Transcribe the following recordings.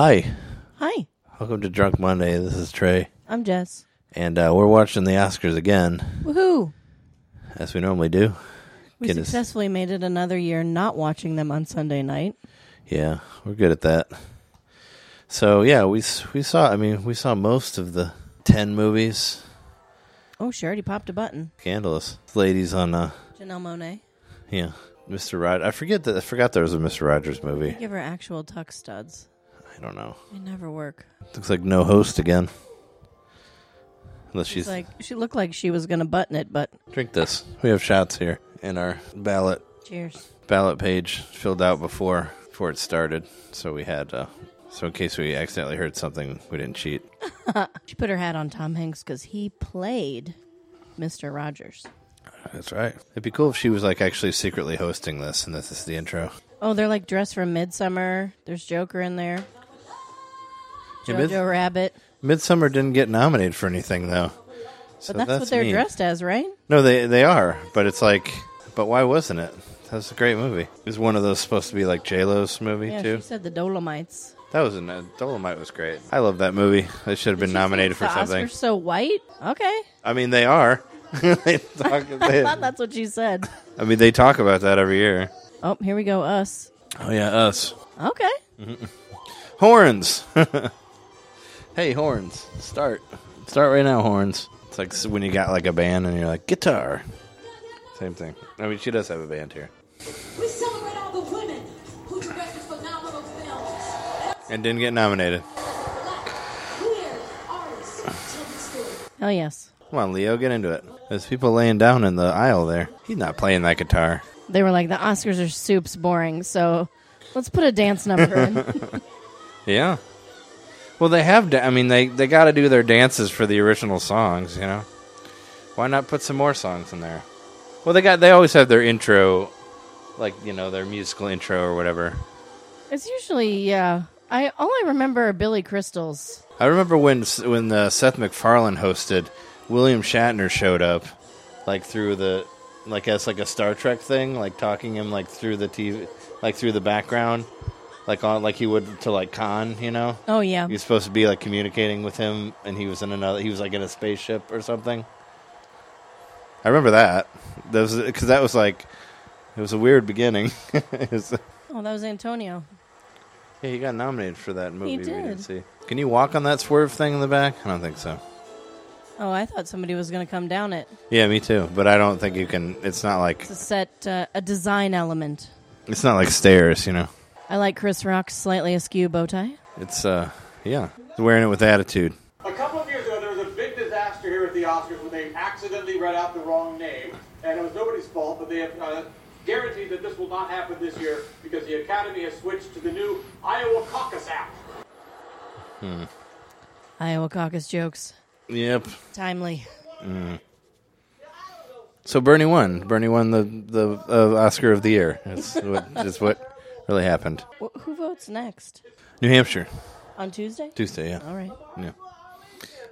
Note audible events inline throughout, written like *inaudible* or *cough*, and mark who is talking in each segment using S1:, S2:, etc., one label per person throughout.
S1: Hi,
S2: Hi,
S1: welcome to Drunk Monday. This is Trey,
S2: I'm Jess.
S1: and uh, we're watching the Oscars again,
S2: Woohoo!
S1: as we normally do.
S2: We
S1: Get us-
S2: successfully made it another year not watching them on Sunday night.
S1: Yeah, we're good at that. So yeah, we s- we saw. I mean, we saw most of the ten movies.
S2: Oh, she already popped a button.
S1: Scandalous ladies on uh
S2: Janelle Monet.
S1: yeah, Mr. Rogers. I forget that I forgot there was a Mr. Rogers movie.
S2: Give her actual tuck studs.
S1: I don't know.
S2: They never work.
S1: Looks like no host again. Unless
S2: She's
S1: she's
S2: like she looked like she was gonna button it, but
S1: drink this. We have shots here in our ballot
S2: cheers.
S1: ballot page filled out before before it started, so we had uh, so in case we accidentally heard something, we didn't cheat.
S2: She put her hat on Tom Hanks because he played Mr. Rogers.
S1: That's right. It'd be cool if she was like actually secretly hosting this, and this is the intro.
S2: Oh, they're like dressed from Midsummer. There's Joker in there.
S1: Yeah,
S2: Jojo
S1: Mid-
S2: Rabbit.
S1: Midsummer didn't get nominated for anything though. So
S2: But that's, what they're
S1: mean.
S2: dressed as, right?
S1: No, they they are, but it's like, but why wasn't it? That's a great movie. Is one of those supposed to be like J Lo's movie
S2: Yeah,
S1: too?
S2: she said the Dolomites.
S1: That was an uh, Dolomite was great. I love that movie. They should have been
S2: She
S1: nominated for
S2: thinks the
S1: something.
S2: Oscars so white. Okay.
S1: I mean, they are. *laughs*
S2: *laughs*
S1: they talk,
S2: I
S1: they-
S2: thought that's what she said.
S1: I mean, they talk about that every year.
S2: Oh, here we go. Us.
S1: Oh yeah, us
S2: Okay.
S1: horns. *laughs* hey, horns, start, start right now, horns. It's like s- when you got like a band and you're like guitar. Same thing. I mean, she does have a band here.
S3: We celebrate all the women who directed phenomenal films.
S1: And didn't get nominated.
S3: Black, queer artists tell the story.
S2: Hell yes.
S1: Come on, Leo, get into it. There's people laying down in the aisle there. He's not playing that guitar.
S2: They were like, the Oscars are soups boring, so let's put a dance number *laughs* in.
S1: Yeah. Well, they have. Da- I mean, they they got to do their dances for the original songs. You know, why not put some more songs in there? Well, they got. They always have their intro, like you know, their musical intro or whatever.
S2: it's usually, yeah. I all I remember are Billy Crystal's.
S1: I remember when when uh, Seth MacFarlane hosted, William Shatner showed up, like through the, like as like a Star Trek thing, like talking him like through the TV, like through the background, like on like he would to like Khan, you know.
S2: Oh yeah.
S1: He was supposed to be like communicating with him, and he was in another. He was like in a spaceship or something. I remember that. That was because that was like it was a weird beginning. *laughs* It was-
S2: Oh, that was Antonio.
S1: yeah, he got nominated for that movie. We didn't
S2: did.
S1: see. Can you walk on that swerve thing in the back? I don't think so.
S2: Oh, I thought somebody was going to come down it.
S1: Yeah, me too. But I don't think you can. It's not like
S2: It's a set, uh, a design element.
S1: it's not like stairs. You know,
S2: I like Chris Rock's slightly askew bow tie.
S1: it's uh yeah, wearing it with attitude.
S4: A couple of years ago, there was a big disaster here at the Oscars when they accidentally read out the wrong name, and it was nobody's fault. But they have uh, guaranteed that this will not happen this year because the Academy has switched to the new Iowa Caucus app.
S2: Iowa caucus jokes.
S1: Yep.
S2: Timely.
S1: So Bernie won. Bernie won the the uh, Oscar of the year. That's what, is what really happened.
S2: Wh- who votes next?
S1: New Hampshire,
S2: On Tuesday?
S1: Tuesday. Yeah.
S2: All right.
S1: Yeah.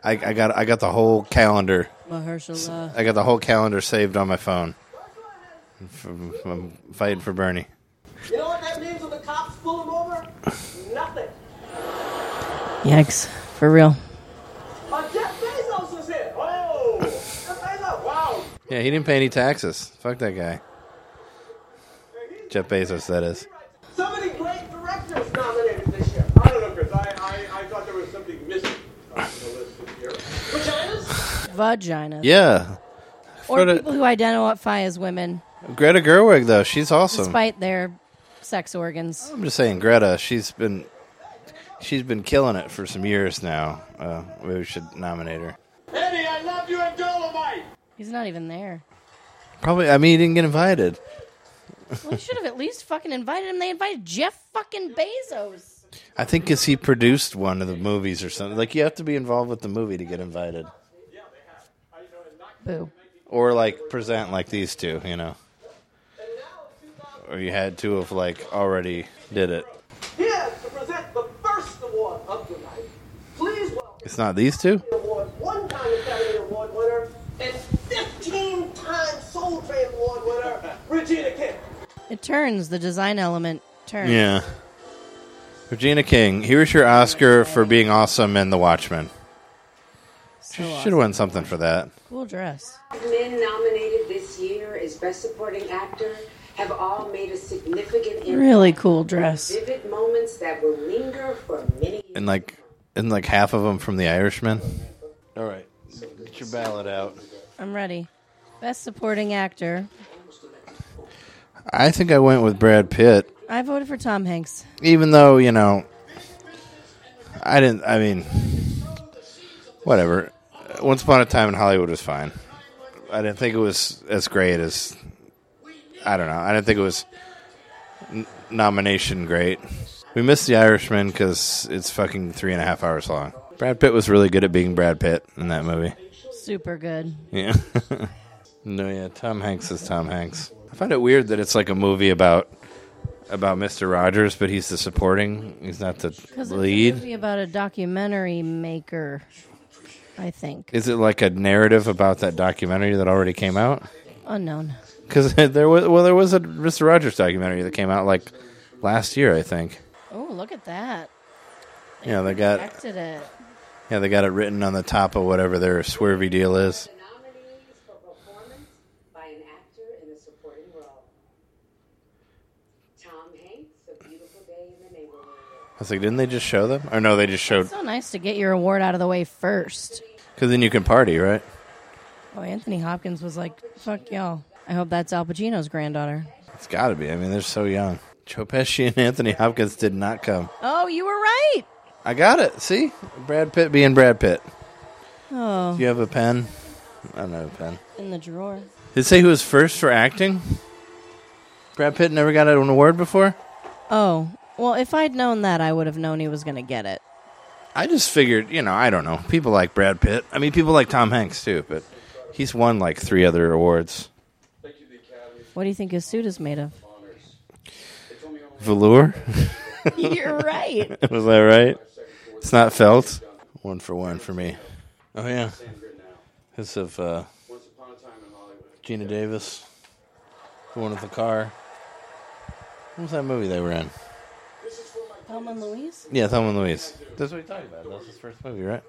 S1: I, I got I got the whole calendar.
S2: Mahershala.
S1: I got the whole calendar saved on my phone. From, from fighting for Bernie.
S5: You know what that means when the cops pull him over? Nothing.
S2: Yikes. For real.
S5: Oh, Jeff Bezos is here. Oh, Jeff Bezos. Wow.
S1: Yeah, he didn't pay any taxes. Fuck that guy. Jeff Bezos, that is.
S5: So many great directors nominated this year.
S4: I don't know, Chris. I, I, I thought there was something missing on the list this year.
S5: Vaginas?
S2: Vagina.
S1: Yeah,
S2: Or
S1: Greta-
S2: people who identify as women,
S1: Greta Gerwig though, she's awesome.
S2: despite their sex organs.
S1: I'm just saying, Greta, she's been she's been killing it for some years now. Uh, maybe we should nominate her.
S4: Eddie, I love you in Dolomite.
S2: He's not even there.
S1: Probably. I mean, he didn't get invited.
S2: We should have at least fucking invited him. They invited Jeff fucking Bezos.
S1: I think because he produced one of the movies or something. Like you have to be involved with the movie to get invited,
S2: Boo.
S1: or like present like these two, you know. Or you had two of like already did it.
S5: Here to present the first award of the night. Please welcome
S1: It's not these two.
S5: the award, one-time Academy Award winner, and 15-time Soul Train Award winner, Regina King.
S2: It turns. The design element turns.
S1: Yeah. Regina King, here's your Oscar for being awesome in The Watchmen. She
S2: So
S1: should
S2: awesome.
S1: have won something for that.
S2: Cool dress.
S6: Men nominated this year as Best Supporting Actor have all made a significant impact.
S2: Really cool dress.
S6: Vivid moments that will linger for many years.
S1: And like, and like half of them from The Irishman. All right, get your ballot out.
S2: I'm ready. Best supporting actor.
S1: I think I went with Brad Pitt,
S2: I voted for Tom Hanks.
S1: even though you know, I didn't. I mean, whatever. Once upon a time in Hollywood was fine. I didn't think it was as great as. I don't know. I didn't think it was n- nomination great. We missed The Irishman because it's fucking three and a half hours long. Brad Pitt was really good at being Brad Pitt in that movie.
S2: Super good.
S1: Yeah. no, yeah, Tom Hanks is Tom Hanks. I find it weird that it's like a movie about about Mr. Rogers, but he's the supporting. He's not the
S2: Because it's a
S1: lead.
S2: movie about a documentary maker, I think.
S1: Is it like a narrative about that documentary that already came out?
S2: Unknown.
S1: Because *laughs* there was well, there was a Mr. Rogers documentary that came out like last year, I think.
S2: Oh, look at that.
S1: Yeah, they got
S2: Acted it.
S1: yeah they got it written on the top of whatever their swervy deal is.
S6: The nominees for performance by an actor in a supporting role. Tom Hanks, A Beautiful Day in the Neighborhood.
S1: I was like, didn't they just show them? Or no, they just showed
S2: So nice to get your award out of the way first.
S1: because then you can party, right?
S2: Oh, Anthony Hopkins was like, fuck y'all. I hope that's Al Pacino's granddaughter.
S1: It's got to be. I mean, they're so young. Joe Pesci and Anthony Hopkins did not come.
S2: Oh, you were right.
S1: I got it. See, Brad Pitt being Brad Pitt.
S2: Oh,
S1: Do you have a pen? I don't have a pen.
S2: in the drawer.
S1: Did it say who was first for acting? Brad Pitt never got an award before.
S2: Oh, well, if I'd known that, I would have known he was going to get it.
S1: I just figured, you know, I don't know. People like Brad Pitt. I mean, people like Tom Hanks too, but he's won like three other awards.
S2: What do you think his suit is made of?
S1: Velour,
S2: *laughs* You're
S1: *laughs*
S2: right.
S1: was that right? It's not felt. One for one for me. Oh yeah, his of uh,
S4: Once upon a time in Hollywood.
S1: Gina Davis, the one with the car. What was that movie they were in?
S2: Thelma and Louise?
S1: Yeah, Thelma and Louise. That's what we talked about. That was his first movie, right?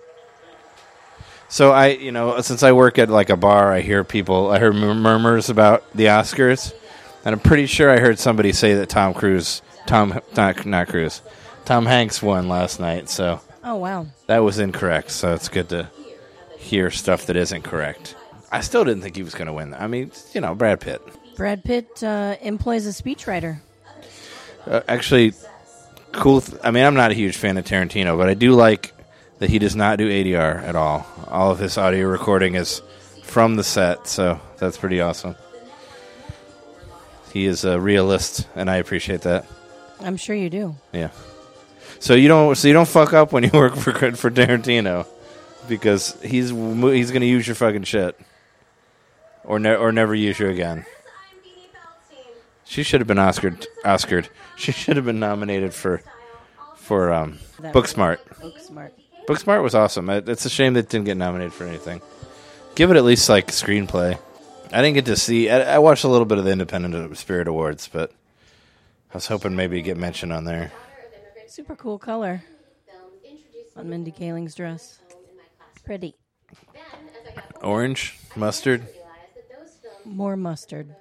S1: So I, you know, since I work at like a bar, I hear people, I hear mur- murmurs about the Oscars, and I'm pretty sure I heard somebody say that Tom Cruise, Tom, not, not Cruise, Tom Hanks won last night. So
S2: Oh, wow.
S1: that was incorrect. So it's good to hear stuff that isn't correct. I still didn't think he was going to win. I mean, you know, Brad Pitt.
S2: Brad Pitt uh, employs a speechwriter.
S1: Uh, actually, cool. Th- I mean, I'm not a huge fan of Tarantino, but I do like that he does not do ADR at all. All of his audio recording is from the set, so that's pretty awesome. He is a realist, and I appreciate that.
S2: I'm sure you do.
S1: Yeah. So you don't. So you don't fuck up when you *laughs* work for for Tarantino, because he's mo- he's gonna use your fucking shit, or ne- or never use you again. She should have been Oscared. Oscared. She should have been nominated for for um,
S2: That-
S1: Booksmart.
S2: Book smart.
S1: Booksmart was awesome. It- It's a shame that it didn't get nominated for anything. Give it at least like screenplay. I didn't get to see. I, I watched a little bit of the Independent Spirit Awards, but I was hoping maybe to get mentioned on there.
S2: Super cool color on Mindy Kaling's dress. Pretty.
S1: Orange mustard.
S2: More mustard.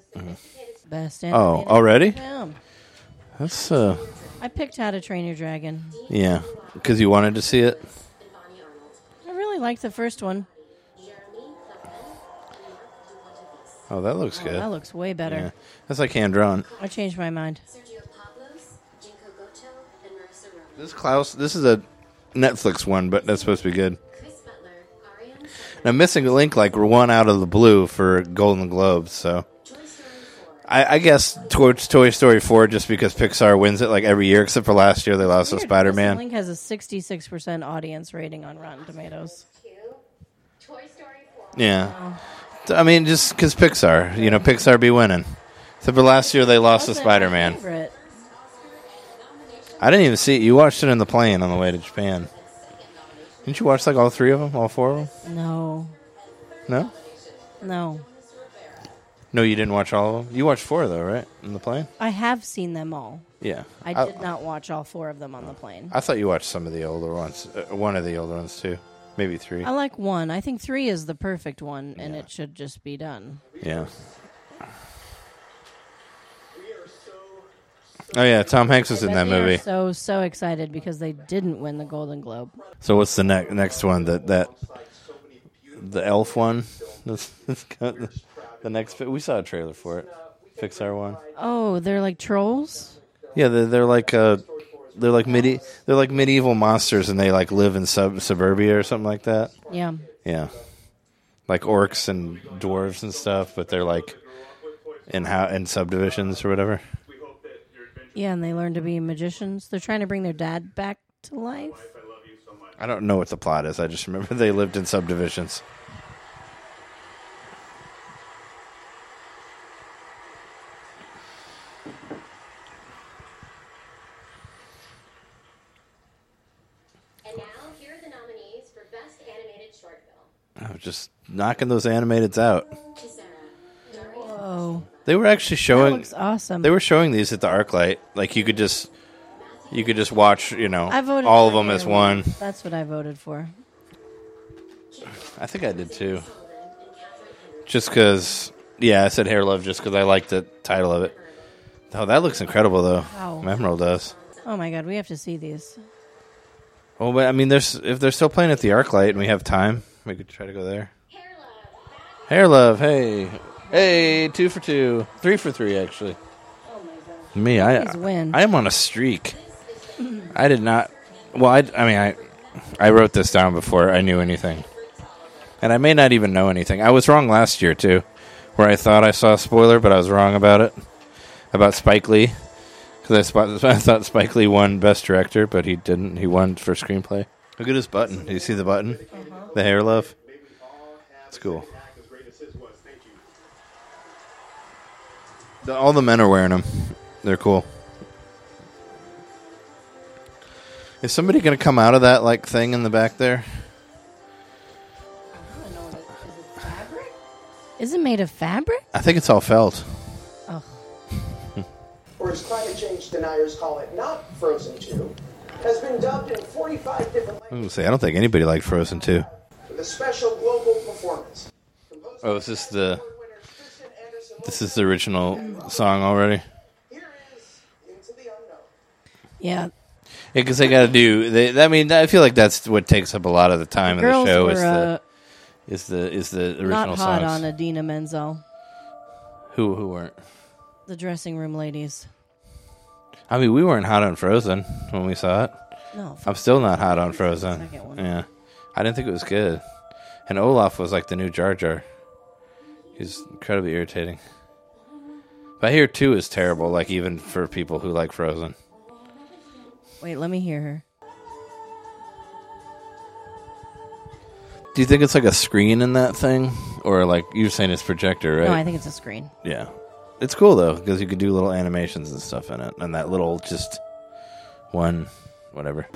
S2: Best
S1: Oh,
S2: animated
S1: already?
S2: film.
S1: That's uh,
S2: I picked How to Train Your Dragon.
S1: yeah, because you wanted to see it.
S2: I really liked the first one.
S1: Oh, that looks good.
S2: That looks way better.
S1: yeah. That's like hand drawn.
S2: I changed my mind.
S7: Sergio Pablos, Jinko Goto, and Marissa Roman.
S1: This Klaus. This is a Netflix one, but that's supposed to be good.
S7: Chris Butler, Ariane,
S1: And I'm missing a link like we're one out of the blue for Golden Globes, so
S7: Toy Story 4,
S1: I, I guess towards Toy Story four just because Pixar wins it like every year except for last year they lost to
S2: Weird,
S1: Spider
S2: Missing
S1: Man.
S2: Link has a 66% audience rating on Rotten Tomatoes.
S7: Q, Toy Story 4,
S1: Yeah,
S2: Oh.
S1: I mean just because Pixar, you know, Pixar be winning. Except for last year they lost to
S2: Wasn't my
S1: Spider Man.
S2: favorite.
S1: I didn't even see it. You watched it in the plane on the way to Japan. Didn't you watch like all three of them, all four of them?
S2: No,
S1: No.
S2: no.
S1: No, you didn't watch all of them. You watched four though, right? In the plane.
S2: I have seen them all.
S1: Yeah.
S2: I did not watch all four of them on the plane.
S1: I thought you watched some of the older ones. Uh, one of the older ones too. Maybe three.
S2: I like one. I think three is the perfect one, and it should just be done.
S1: Yeah. Oh yeah, Tom Hanks was in that
S2: We are
S1: movie.
S2: So so excited because they didn't win the Golden Globe.
S1: So what's the next next one? That that the Elf one. *laughs* That's- that's got the the next fi- we saw a trailer for it. Pixar one.
S2: Oh, they're like trolls.
S1: Yeah, they're, they're like uh, they're like midi- they're like medieval monsters, and they like live in sub suburbia or something like that.
S2: Yeah.
S1: Yeah, like orcs and dwarves and stuff, but they're like in how in subdivisions or whatever.
S2: Yeah, and they learn to be magicians. They're trying to bring their dad back to life.
S1: I don't know what the plot is. I just remember *laughs* they lived in subdivisions.
S7: And now, here are the nominees for Best Animated Short Film.
S1: I was just knocking those animateds out.
S7: Kizera,
S2: Oh,
S1: They were actually
S2: that
S1: showing.
S2: looks um, awesome.
S1: They were showing these at the ArcLight. Like you could just, you could just watch. You know,
S2: I voted
S1: all of
S2: for
S1: them as
S2: Air
S1: one.
S2: Wings. That's what I voted for.
S1: I think I did too. Just because, yeah, I said Hair Love just because I like the title of it. Oh, that looks incredible though.
S2: Wow.
S1: Memoral does.
S2: Oh my god, we have to see these.
S1: Well, but I mean, there's if they're still playing at the ArcLight and we have time, we could try to go there.
S7: Hair Love,
S1: Hair Love, hey, hey, two for two, three for three actually. Me, I
S2: Please win.
S1: I am on a streak. I did not. Well, I, I mean, I I wrote this down before I knew anything, and I may not even know anything. I was wrong last year too, where I thought I saw a spoiler, but I was wrong about it about Spike Lee because I, spot- *laughs* I thought Spike Lee won Best Director, but he didn't. He won for screenplay. Look at his button. Do you see the button? The hair love. It's cool.
S4: Act as great as his was. Thank you.
S1: The- all the men are wearing them. They're cool. Is somebody going to come out of that like thing in the back there?
S2: Is it made of fabric?
S1: I think it's all felt.
S5: or as climate change deniers call it, not Frozen 2, has been dubbed in 45 different
S1: I was
S5: languages
S1: gonna say I don't think anybody liked Frozen too.
S5: with a special global performance.
S1: Oh, is this the
S5: Award-winner Kristen Anderson
S1: this is the original song already?
S5: Here is Into the Unknown.
S2: Yeah.
S1: Yeah, because they got to do. They, I mean, I feel like that's what takes up a lot of the time in the
S2: Girls
S1: show
S2: were
S1: is the
S2: uh,
S1: is the is the original
S2: not hot
S1: songs.
S2: on Adina Menzel,
S1: Who who weren't?
S2: the dressing room ladies.
S1: I mean, we weren't hot on Frozen when we saw it.
S2: No, f-
S1: I'm still not hot on Frozen.
S2: Second one.
S1: Yeah, I didn't think it was good. And Olaf was like the new Jar Jar. He's incredibly irritating. But I hear two is terrible. Like even for people who like Frozen.
S2: wait, let me hear her.
S1: Do you think it's like a screen in that thing, or like you're saying it's projector, right?
S2: No, I think it's a screen.
S1: yeah, it's cool though because you could do little animations and stuff in it, and that little just one, whatever.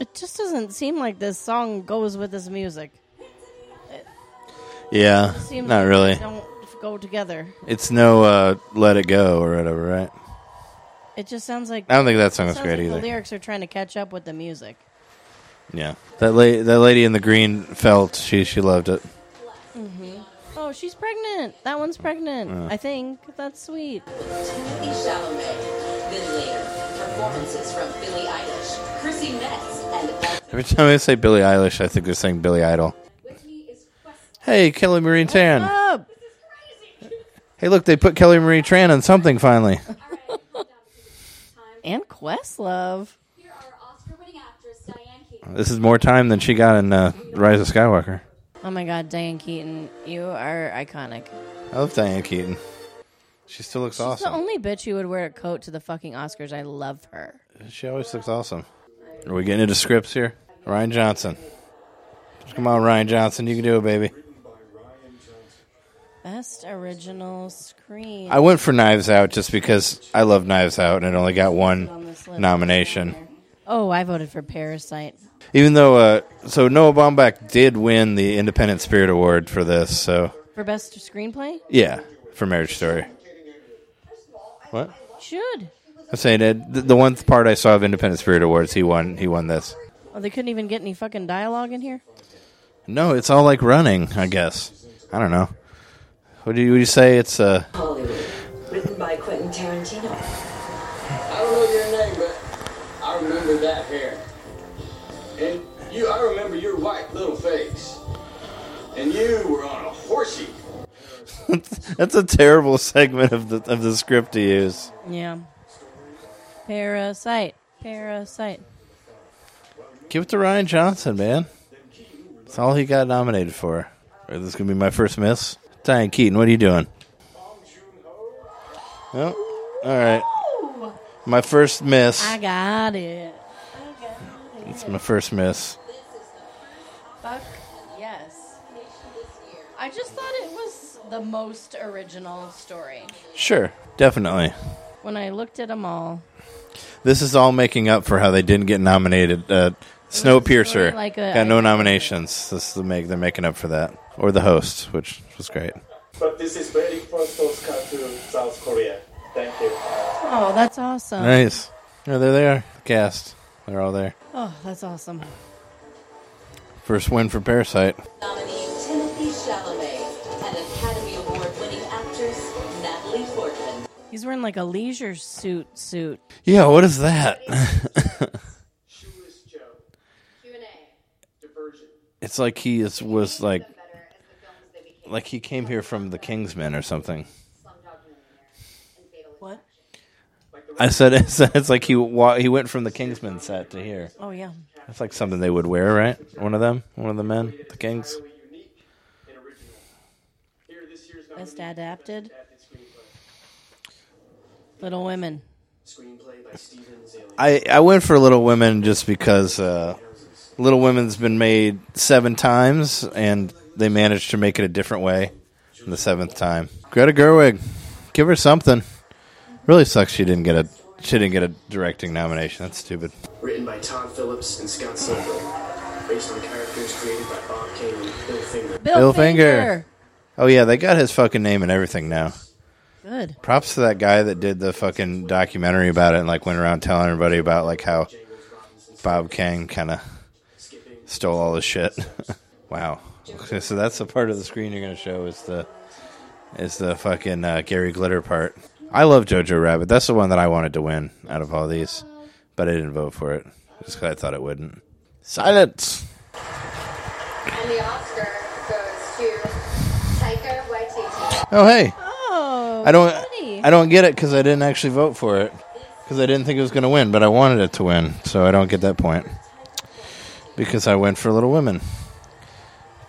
S2: It just doesn't seem like this song goes with this music.
S1: Yeah,
S2: Seems
S1: not
S2: like
S1: really.
S2: They don't go together.
S1: It's no uh, "Let It Go" or whatever, right?
S2: It just sounds like
S1: I don't think that song was
S2: sounds
S1: great
S2: like
S1: either.
S2: The lyrics are trying to catch up with the music.
S1: Yeah, that la- that lady in the green felt she she loved it.
S2: Oh, she's pregnant. That one's pregnant. I think that's sweet.
S8: Timothy Chalamet, Vin Lear, performances from Billie Eilish, Chrissy Metz, and
S1: Every time I say Billie Eilish, I think they're saying Billy Idol.
S7: Whitney is Quest.
S1: Hey, Kelly Marie Tran.
S2: Up.
S7: *laughs*
S1: Hey, look, they put Kelly Marie Tran on something finally.
S2: And Questlove.
S7: Here are Oscar-winning actress Diane Keaton.
S1: This is more time than she got in uh, Rise of Skywalker.
S2: Oh my God, Diane Keaton, you are iconic.
S1: I love Diane Keaton. She still looks
S2: She's the
S1: awesome.
S2: only bitch who would wear a coat to the fucking Oscars. I love her.
S1: she always looks awesome. Are we getting into scripts here? Ryan Johnson. Come on, Ryan Johnson. You can do it, baby.
S2: Best original screen.
S1: I went for Knives Out just because I love Knives Out and it only got
S2: on
S1: one
S2: this list.
S1: nomination.
S2: Oh, I voted for Parasite.
S1: Even though, uh, so Noah Baumbach did win the Independent Spirit Award for this. So
S2: For best screenplay?
S1: yeah, for Marriage Story. What?
S2: Should.
S1: I'm saying it, the, the one part I saw of Independent Spirit Awards, he won. He won this.
S2: Oh, they couldn't even get any fucking dialogue in here?
S1: No, it's all like running. I guess. I don't know. What do you, would you say? It's uh,
S8: Hollywood, written by Quentin Tarantino.
S4: I don't know your name, but I remember that hair. And you, I remember your white little face. And you were on a horsey.
S1: *laughs* that's a terrible segment of the of the script to use.
S2: Yeah. Parasite. Parasite.
S1: Give it to Ryan Johnson, man. That's all he got nominated for. Or this is gonna be my first miss. Diane Keaton, what are you doing? Oh, all right. My first miss.
S2: I got it.
S1: It's my first miss.
S2: Fuck yes. I just thought it was the most original story.
S1: Sure, definitely.
S2: When I looked at them all,
S1: This is all making up for how they didn't get nominated. Uh,
S2: really
S1: Snowpiercer
S2: like a-
S1: got no nominations. This is the make they're making up for that, or the host, which was great.
S9: But this is very first Oscar to South Korea. Thank you.
S2: oh, that's awesome.
S1: Nice. Yeah, there they are. The cast. They're all there.
S2: Oh, that's awesome.
S1: First win for Parasite.
S8: Nominee Timothy Chalamet and Academy Award winning actress Natalie Portman.
S2: He's wearing like a leisure suit suit.
S1: Yeah, what is that?
S4: Shoeless Joe.
S7: Q&A.
S4: Diversion.
S1: *laughs* it's like he is, was like
S7: Better as the films they became
S1: like he came here from the Kingsmen or something.
S7: Slumdog Millionaire and Fatal
S2: What?
S1: I said *laughs* it's, it's like he wa- he went from the Kingsmen set to here.
S2: Oh yeah.
S1: That's like something they would wear, right? One of them, one of the men, the kings.
S4: Entirely unique and original. Here, this year's nominee
S2: Best
S4: for
S2: adapted.
S4: adapted screenplay.
S2: Little Women.
S4: Screenplay by Stephen Zaley.
S1: I, I went for Little Women just because uh, Little Women's been made seven times, and they managed to make it a different way in the seventh time. Greta Gerwig, give her something. Really sucks she didn't get a she didn't get a directing nomination. That's stupid.
S10: Written by Todd Phillips and Scott Silver. Based on characters created by Bob Kane and Bill Finger.
S2: Bill,
S1: Bill Finger. Oh yeah, they got his fucking name and everything now.
S2: Good.
S1: Props to that guy that did the fucking documentary about it and like went around telling everybody about like how Bob Kang kind of stole all his shit. *laughs* wow. *laughs* Okay, so that's the part of the screen you're gonna show is the is the fucking uh, Gary Glitter part. I love Jojo Rabbit. That's the one that I wanted to win out of all these, but I didn't vote for it just because I thought it wouldn't. Silence.
S7: And the Oscar goes to Taika Waititi.
S1: Oh hey,
S2: Oh.
S1: I don't
S2: buddy.
S1: I don't get it because I didn't actually vote for it because I didn't think it was gonna win, but I wanted it to win, so I don't get that point because I went for Little Women.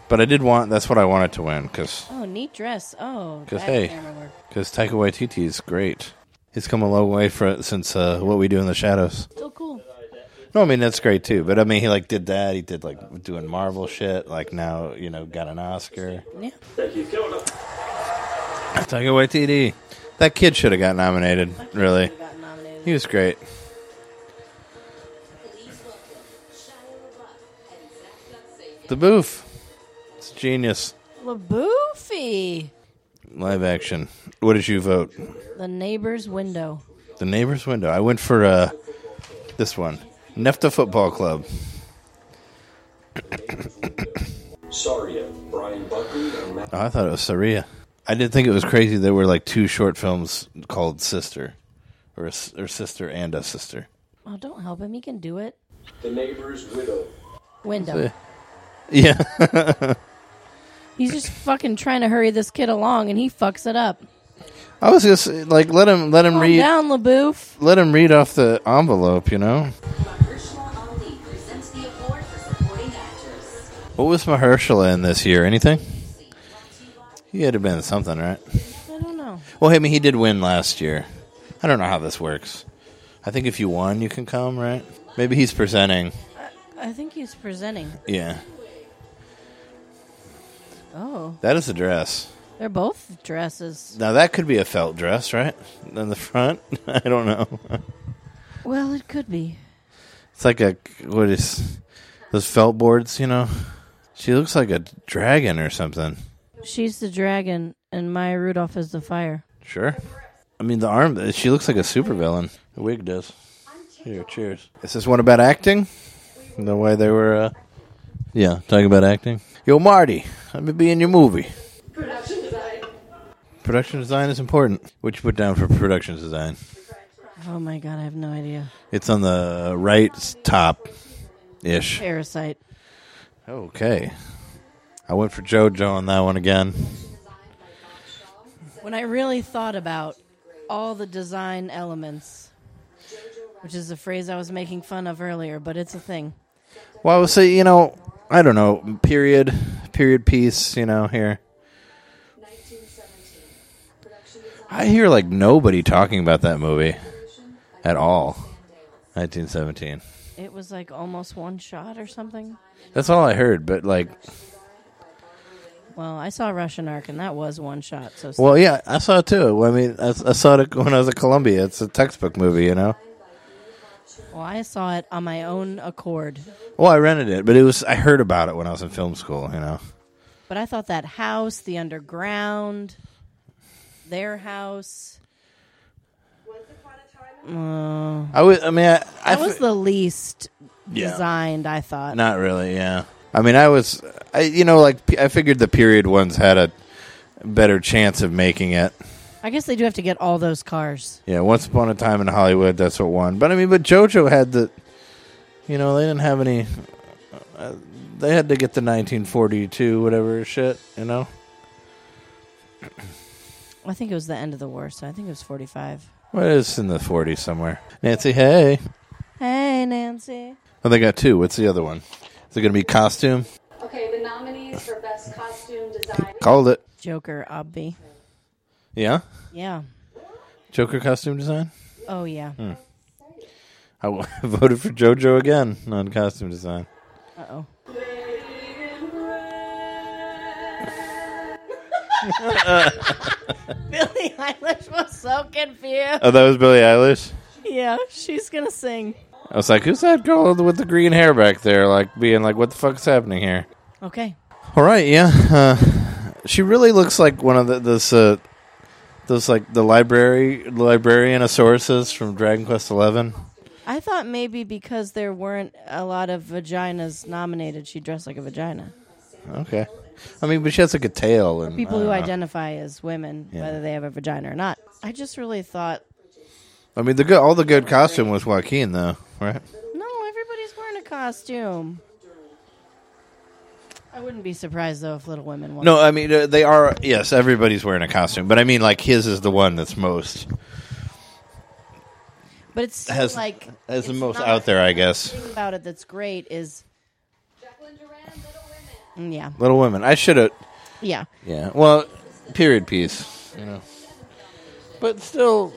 S1: But I did want that's what I wanted to win because
S2: Oh, neat dress. Oh,
S1: 'Cause,
S2: that
S1: hey.
S2: camera work.
S1: Because Taika Waititi is great. He's come a long way for since uh, what we do in the shadows.
S2: So cool.
S1: No, I mean that's great too. But I mean, he like did that. He did like doing Marvel shit. Like now, you know, got an Oscar.
S2: Yeah.
S9: Thank you. Killed it.
S1: Taika Waititi. That kid should have got nominated. Really,
S2: We got nominated.
S1: he was great.
S8: Please welcome Shia LaBeouf and Zach Gutsagen.
S1: The Boof. It's genius.
S2: LaBoofy.
S1: Live action. What did you vote?
S2: The neighbor's window.
S1: The neighbor's window. I went for uh, this one. Nefta Football Club.
S10: Saria, Brian Buckley, and Matt
S1: Oh, I thought it was Saria. I did think it was crazy there were like two short films called Sister, or s- or Sister and a Sister. *laughs*
S2: Oh, don't help him. He can do it.
S10: The Neighbor's Widow.
S2: Window.
S1: Yeah,
S2: He's just fucking trying to hurry this kid along, and he fucks it up.
S1: I was just like let him let him
S2: Calm
S1: read
S2: down, LaBoof.
S1: let him read off the envelope. You know
S8: Mahershala Ali presents the award for supporting actress.
S1: what was Mahershala in this year? Anything? He had to been something, right?
S2: I don't know.
S1: Well, I mean, he did win last year. I don't know how this works. I think if you won, you can come, right? Maybe he's presenting.
S2: I think he's presenting.
S1: Yeah,
S2: Oh,
S1: that is a dress.
S2: they're both dresses.
S1: Now that could be a felt *laughs* dress, right? In the front, I don't know.
S2: Well, it could be.
S1: It's like a what is those felt boards? You know, she looks like a dragon or something.
S2: She's the dragon, and Maya Rudolph is the fire.
S1: Sure. I mean, the arm. She looks like a supervillain. The wig does. Here, cheers. Is this one about acting? The way they were. Uh, yeah, talking about acting. Yo, Marty, let me be in your movie.
S3: Production design.
S1: Production design is important. What you put down for production design?
S2: Oh my god, I have no idea.
S1: It's on the right top, ish.
S2: Parasite.
S1: Okay. I went for JoJo on that one again.
S2: When I really thought about all the design elements, which is a phrase I was making fun of earlier, but it's a thing.
S1: Well, I would say, you know, I don't know, period, period piece, you know, here. I hear like nobody talking about that movie at all. 1917.
S2: It was like almost one shot or something.
S1: That's all I heard, but like,
S2: Well, I saw Russian Ark, and that was one shot. So
S1: well, yeah, I saw it too. I mean, I, I saw it when I was at Columbia. It's a textbook movie, you know?
S2: Well, I saw it on my own accord,
S1: Well, I rented it, but it was, I heard about it when I was in film school, you know?
S2: but I thought that house, the underground, their house. Uh,
S1: I was, I mean, I, I
S2: that was the least
S1: Yeah.
S2: designed. I thought.
S1: Not really, yeah. I mean, I was, I you know, like p- I figured the period ones had a better chance of making it.
S2: I guess they do have to get all those cars.
S1: Yeah, Once Upon a Time in Hollywood, that's what won. But I mean, but JoJo had the, you know, they didn't have any. Uh, they had to get the 1942 whatever shit, you know.
S2: I think it was the end of the war, so I think it was forty-five.
S1: Well, it's in the 40s somewhere. Nancy, hey.
S2: Hey, Nancy.
S1: Oh, they got two. What's the other one? Is it going to be costume?
S7: Okay, the nominees for best costume design.
S1: Called it.
S2: Joker, obvi.
S1: Yeah.
S2: Yeah.
S1: Joker costume design.
S2: Oh yeah.
S1: Hmm. I w- *laughs* voted for JoJo again on costume design.
S2: Uh
S1: *laughs*
S2: oh. *laughs* Billie Eilish was so confused.
S1: Oh, that was Billie Eilish.
S2: Yeah, she's gonna sing.
S1: I was like, "Who's that girl with the green hair back there?" Like being like, "What the fuck's happening here?"
S2: Okay.
S1: All right, yeah. Uh, she really looks like one of the, this uh, those like the library librarian of sources from Dragon Quest Eleven.
S2: I thought maybe because there weren't a lot of vaginas nominated, she dressed like a vagina.
S1: Okay, I mean, but she has like a tail and
S2: People
S1: I
S2: who
S1: don't know.
S2: identify as women,
S1: Uh, Yeah.
S2: whether they have a vagina or not. I just really thought,
S1: I mean, the good all the good costume was Joaquin though, right?
S2: no, everybody's wearing a costume. I wouldn't be surprised though if Little Women won.
S1: No, I mean uh, they are. Yes, everybody's wearing a costume, but I mean like his is the one that's most
S2: but it's
S1: has
S2: like
S1: has the
S2: it's
S1: most
S2: not-
S1: out there, I guess.
S2: The thing about it that's great is Mm, yeah,
S1: Little Women. I should have.
S2: yeah.
S1: Yeah. Well, period piece. You know. But still.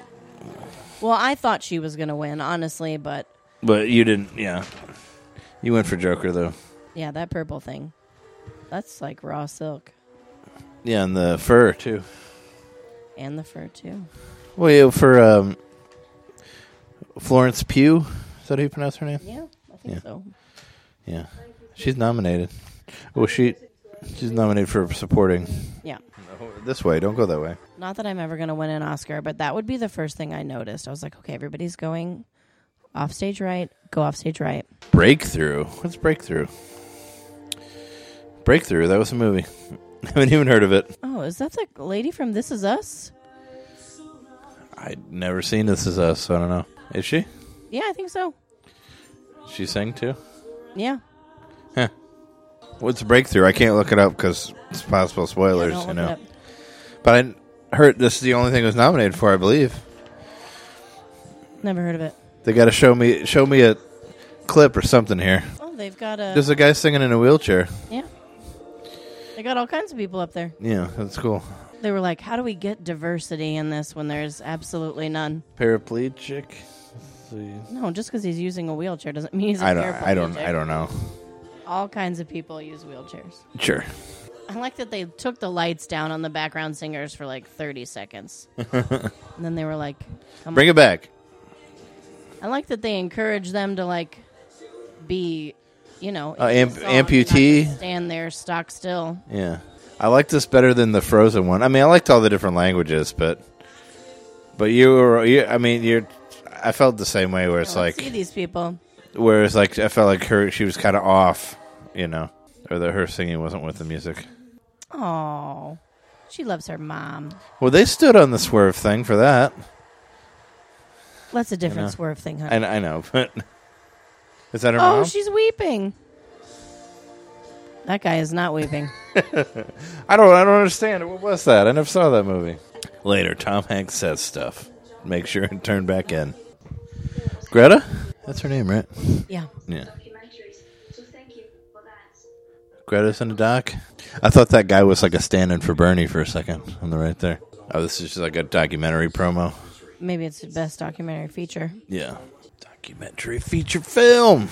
S2: Well, I thought she was gonna win, honestly, but
S1: But you didn't. Yeah. You went for Joker though.
S2: yeah, that purple thing, that's like raw silk
S1: Yeah, and the fur too.
S2: and the fur too.
S1: Well, yeah, for um, Florence Pugh. Is that how you pronounce her name?
S2: Yeah, I think
S1: Yeah.
S2: so.
S1: Yeah. She's nominated. Well, she she's nominated for supporting.
S2: Yeah.
S1: No, This way. Don't go that way.
S2: Not that I'm ever going to win an Oscar, but that would be the first thing I noticed. I was like, okay, everybody's going off stage right, go off stage right.
S1: Breakthrough. What's breakthrough? Breakthrough. That was a movie. *laughs* I haven't even heard of it.
S2: Oh, is that the lady from This Is Us?
S1: I'd never seen This Is Us, so I don't know. Is she?
S2: Yeah, I think so.
S1: She sang too?
S2: Yeah.
S1: Huh. What's Breakthrough? I can't look it up because it's possible spoilers,
S2: Yeah,
S1: you
S2: don't
S1: know.
S2: look it up.
S1: But I heard this is the only thing it was nominated for, I believe.
S2: Never heard of it.
S1: They got to show me show me a clip or something here.
S2: Oh, they've got a.
S1: There's a guy singing in a wheelchair.
S2: yeah. They got all kinds of people up there.
S1: Yeah, that's cool.
S2: They were like, how do we get diversity in this when there's absolutely none?
S1: Paraplegic. Let's see.
S2: No, just because he's using a wheelchair doesn't mean he's a
S1: I don't.
S2: paraplegic.
S1: I don't. I don't know.
S2: All kinds of people use wheelchairs.
S1: Sure.
S2: I like that they took the lights down on the background singers for like 30 seconds.
S1: *laughs*
S2: And then they were like, come
S1: Bring it back.
S2: I like that they encourage them to like be, you know,
S1: Uh,
S2: in the
S1: amp-
S2: song and not just
S1: amputee?
S2: stand there stock still.
S1: Yeah, I like this better than the Frozen one. I mean, I liked all the different languages, but but you were, you, I mean, you're. I felt the same way where it's
S2: I don't
S1: like
S2: see these people.
S1: where it's like I felt like her she was kind of off, you know, or that her singing wasn't with the music.
S2: Oh, she loves her mom.
S1: Well, they stood on the swerve thing for that.
S2: That's a different
S1: know.
S2: swerve thing, huh?
S1: I, I know, but *laughs* is that her
S2: Oh,
S1: mom?
S2: she's weeping. That guy is
S1: *laughs*
S2: not weeping.
S1: I don't. I don't understand. What was that? I never saw that movie. Later, Tom Hanks says stuff. Make sure and turn back in. Greta, that's her name, right?
S2: Yeah.
S1: Yeah.
S7: Documentaries. So thank you for that.
S1: Greta's in the doc. I thought that guy was like a stand-in for Bernie for a second on the right there. Oh, this is just like a documentary promo.
S2: Maybe it's the best documentary feature.
S1: Yeah. Documentary feature film.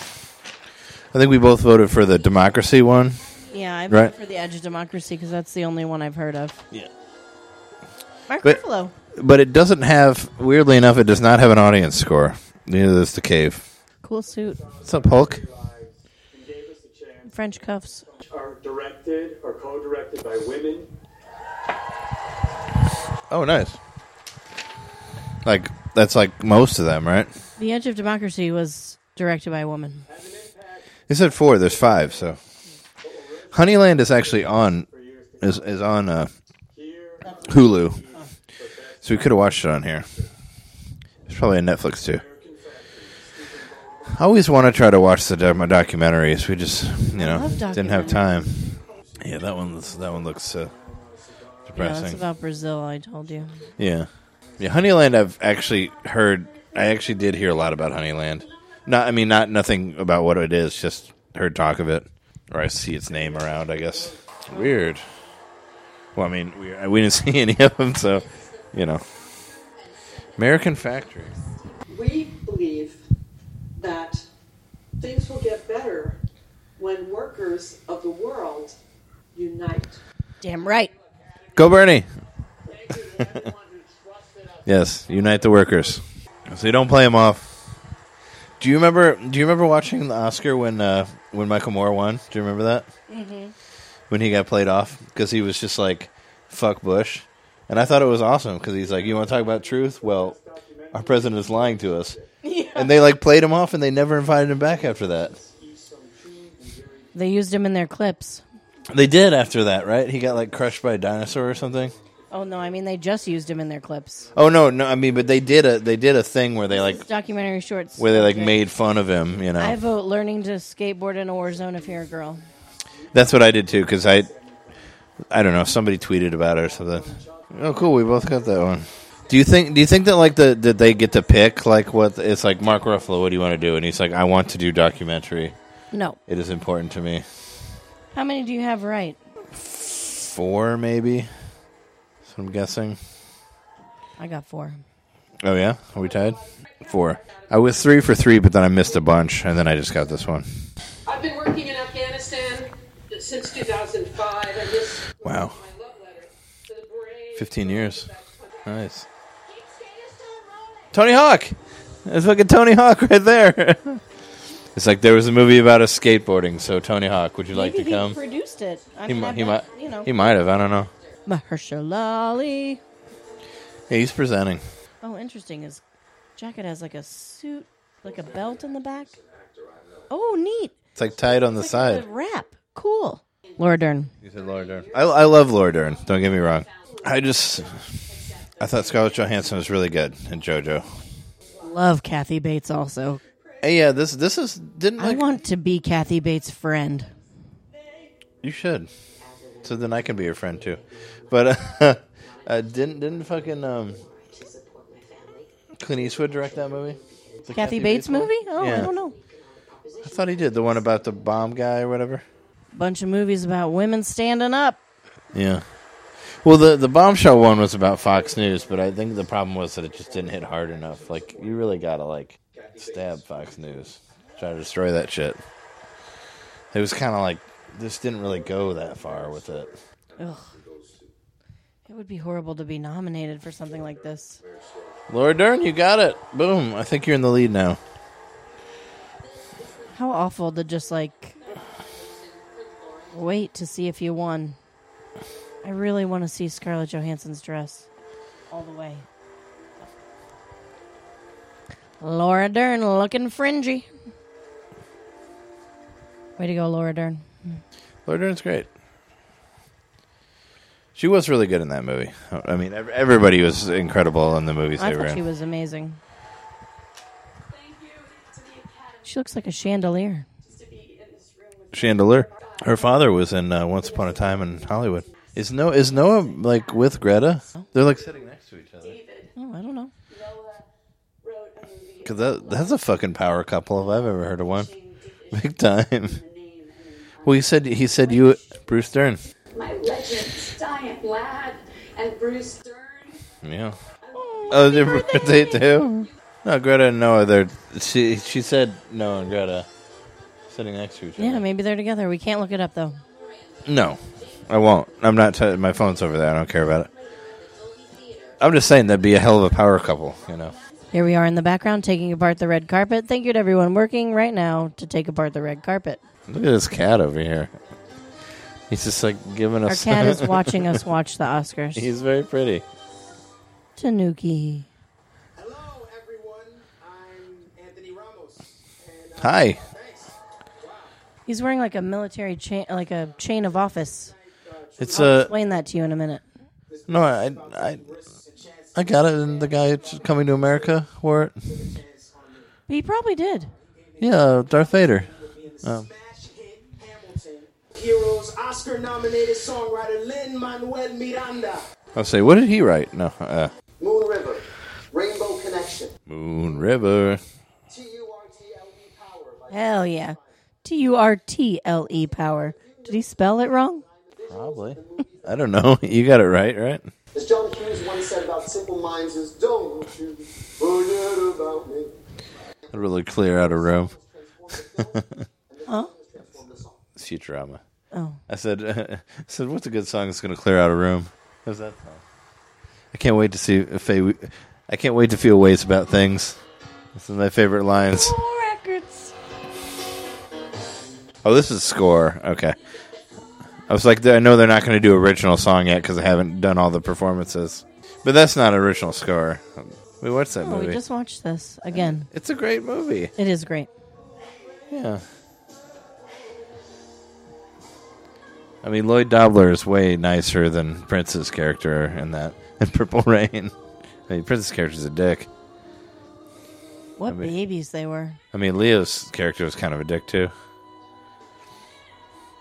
S1: I think we both voted for the democracy one.
S2: Yeah, I voted
S1: Right.
S2: for The Edge of Democracy because that's the only one I've heard of.
S1: Yeah.
S2: Mark
S1: But-
S2: Ruffalo.
S1: But it doesn't have, weirdly enough, it does not have an audience score. Neither does The Cave.
S2: Cool suit.
S1: What's up, Hulk?
S2: French cuffs.
S9: Are directed or co-directed by women.
S1: Oh, nice. Like, that's like most of them, right?
S2: The Edge of Democracy was directed by a woman.
S1: He said four. There's five, so. Honeyland is actually on, is, is on uh, Hulu. So we could have watched it on here. It's probably on Netflix, too. I always want to try to watch the doc- my documentaries. We just, you know,
S2: love
S1: didn't have
S2: documentaries.
S1: time. Yeah, that one. looks- That one looks uh,
S2: Yeah, that's
S1: depressing.
S2: about Brazil. I told you.
S1: Yeah. Yeah, Honeyland I've actually heard I actually did hear a lot about Honeyland. Not I mean not nothing about what it is, just heard talk of it or I see its name around, I guess. Weird. Well, I mean, we we didn't *laughs* see any of them, so you know. American Factory.
S11: we believe that things will get better when workers of the world unite.
S2: Damn right.
S1: Go Bernie. yes, unite the workers. So you don't play them off. Do you remember? Do you remember watching the Oscar when uh, when Michael Moore won? Do you remember that?
S2: Mhm.
S1: When he got played off because he was just like, "Fuck Bush," and I thought it was awesome because he's like, "You want to talk about truth? Well, our president is lying to us." And they like played him off, and they never invited him back after that.
S2: They used him in their clips.
S1: They did after that, right? He got like crushed by a dinosaur or something.
S2: Oh no, I mean they just used him in their clips.
S1: Oh no, no, I mean, but they did a they did a thing where they like
S2: Documentary shorts.
S1: where they like made fun of him. You know,
S2: I vote learning to skateboard in a war zone if you're a girl.
S1: that's what I did too because I, I don't know, somebody tweeted about it or something. Oh, cool, we both got that one. Do you think? Do you think that like the that they get to pick like what it's like? Mark Ruffalo, what do you want to do? And he's like, I want to do documentary.
S2: No.
S1: it is important to me.
S2: How many do you have right?
S1: Four maybe. So I'm guessing.
S2: I got four.
S1: Oh yeah, are we tied? Four. I was three for three, but then I missed a bunch, and then I just got this one.
S5: I've been working in Afghanistan since 2005. I just
S1: Wow. 15 years. Nice. Tony Hawk! That's fucking Tony Hawk right there. *laughs* it's like there was a movie about us skateboarding, so Tony Hawk, would you like
S2: Maybe
S1: to
S2: he
S1: come?
S2: produced it. I
S1: He,
S2: mean,
S1: mi-
S2: I've
S1: he, might,
S2: not- You know.
S1: he might have, I don't know.
S2: Mahershala Ali.
S1: Yeah, he's presenting.
S2: Oh, interesting. His jacket has like a suit, like a belt in the back. Oh, neat.
S1: It's like tied on the
S2: A
S1: side.
S2: wrap. Cool. Laura Dern.
S1: You said Laura Dern. I, I love Laura Dern, don't get me wrong. I just, I thought Scarlett Johansson was really good in JoJo.
S2: Love Kathy Bates also.
S1: Hey, yeah, this this is didn't
S2: I want to be Kathy Bates' friend.
S1: You should. So then I can be your friend too. But *laughs* uh, uh, didn't didn't fucking um, Clint Eastwood direct that movie? The
S2: Kathy Bates
S1: one?
S2: movie? Oh, I
S1: Yeah.
S2: don't know.
S1: I thought he did the one about the bomb guy or whatever.
S2: Bunch of movies about women standing up.
S1: Yeah. Well, the the bombshell one was about Fox News, but I think the problem was that it just didn't hit hard enough. Like you really gotta like stab Fox News, try to destroy that shit. It was kind of like this didn't really go that far with it.
S2: Ugh. It would be horrible to be nominated for something like this.
S1: Laura Dern, you got it. Boom. I think you're in the lead now.
S2: How awful to just like wait to see if you won. I really want to see Scarlett Johansson's dress all the way. Laura Dern looking fringy. Way to go, Laura Dern.
S1: Laura Dern's great. She was really good in that movie. I mean, ev- everybody was incredible in the movies
S2: I
S1: they were
S2: thought
S1: in.
S2: she was amazing. She looks like a chandelier.
S1: Chandelier. Her father was in uh, Once Upon a Time in Hollywood. Is Noah, is Noah like with Greta? They're like sitting next to each other.
S2: Oh, I don't know.
S1: Cause that that's a fucking power couple if I've ever heard of one. Big time. Well, he said he said you Bruce Dern.
S12: My legend, Diane Ladd, and Bruce Stern.
S1: Yeah. Oh, their birthday too. No, Greta and Noah. They're she she said Noah and Greta sitting next to each other.
S2: Yeah, maybe they're together. We can't look it up though.
S1: No, I won't. I'm not. T- my phone's over there. I don't care about it. I'm just saying that'd be a hell of a power couple. You know.
S2: Here we are in the background taking apart the red carpet. Thank you to everyone working right now to take apart the
S1: *laughs*
S2: red carpet.
S1: Look at this cat over here. He's just like giving
S2: Our
S1: us. *laughs*
S2: cat is watching us watch the Oscars.
S1: He's very pretty.
S2: Tanuki.
S1: Hi.
S2: He's wearing like a military chain, like a chain of office.
S1: It's
S2: I'll
S1: a-
S2: explain that to you in a minute.
S1: No, I, I, I got it. And the guy that's coming to America wore it.
S2: He probably did.
S1: Yeah, Darth Vader. Oh.
S5: Heroes, Oscar nominated songwriter Lin Manuel Miranda.
S1: I'll say, what did he write? No, uh,
S5: Moon River, Rainbow Connection.
S1: Moon River.
S5: E,
S2: Hell yeah. T U R T L E power. Did he spell it wrong?
S1: Probably. *laughs* I don't know. *laughs* You got it right, right?
S5: As John Hughes once said about Simple Minds is, don't you forget about me.
S1: I'd really clear out a room.
S2: Huh?
S1: It's Futurama.
S2: Oh.
S1: I said, *laughs* I said, what's a good song that's going to clear out a room? How's that song? I can't wait to see if they. I can't wait to feel ways about things. This is my favorite lines.
S2: Records.
S1: Oh, this is score. Okay. I was like, I know they're not going to do original song yet because I haven't done all the performances. But that's not original score. We what's that
S2: Oh,
S1: movie?
S2: we just watched this again.
S1: It's a great movie.
S2: It is great.
S1: Yeah. I mean, Lloyd Dobler is way nicer than Prince's character in that *laughs* in Purple Rain. I mean, Prince's character's a dick.
S2: What
S1: I mean-
S2: babies they were.
S1: I mean, Leo's character was kind of a dick too.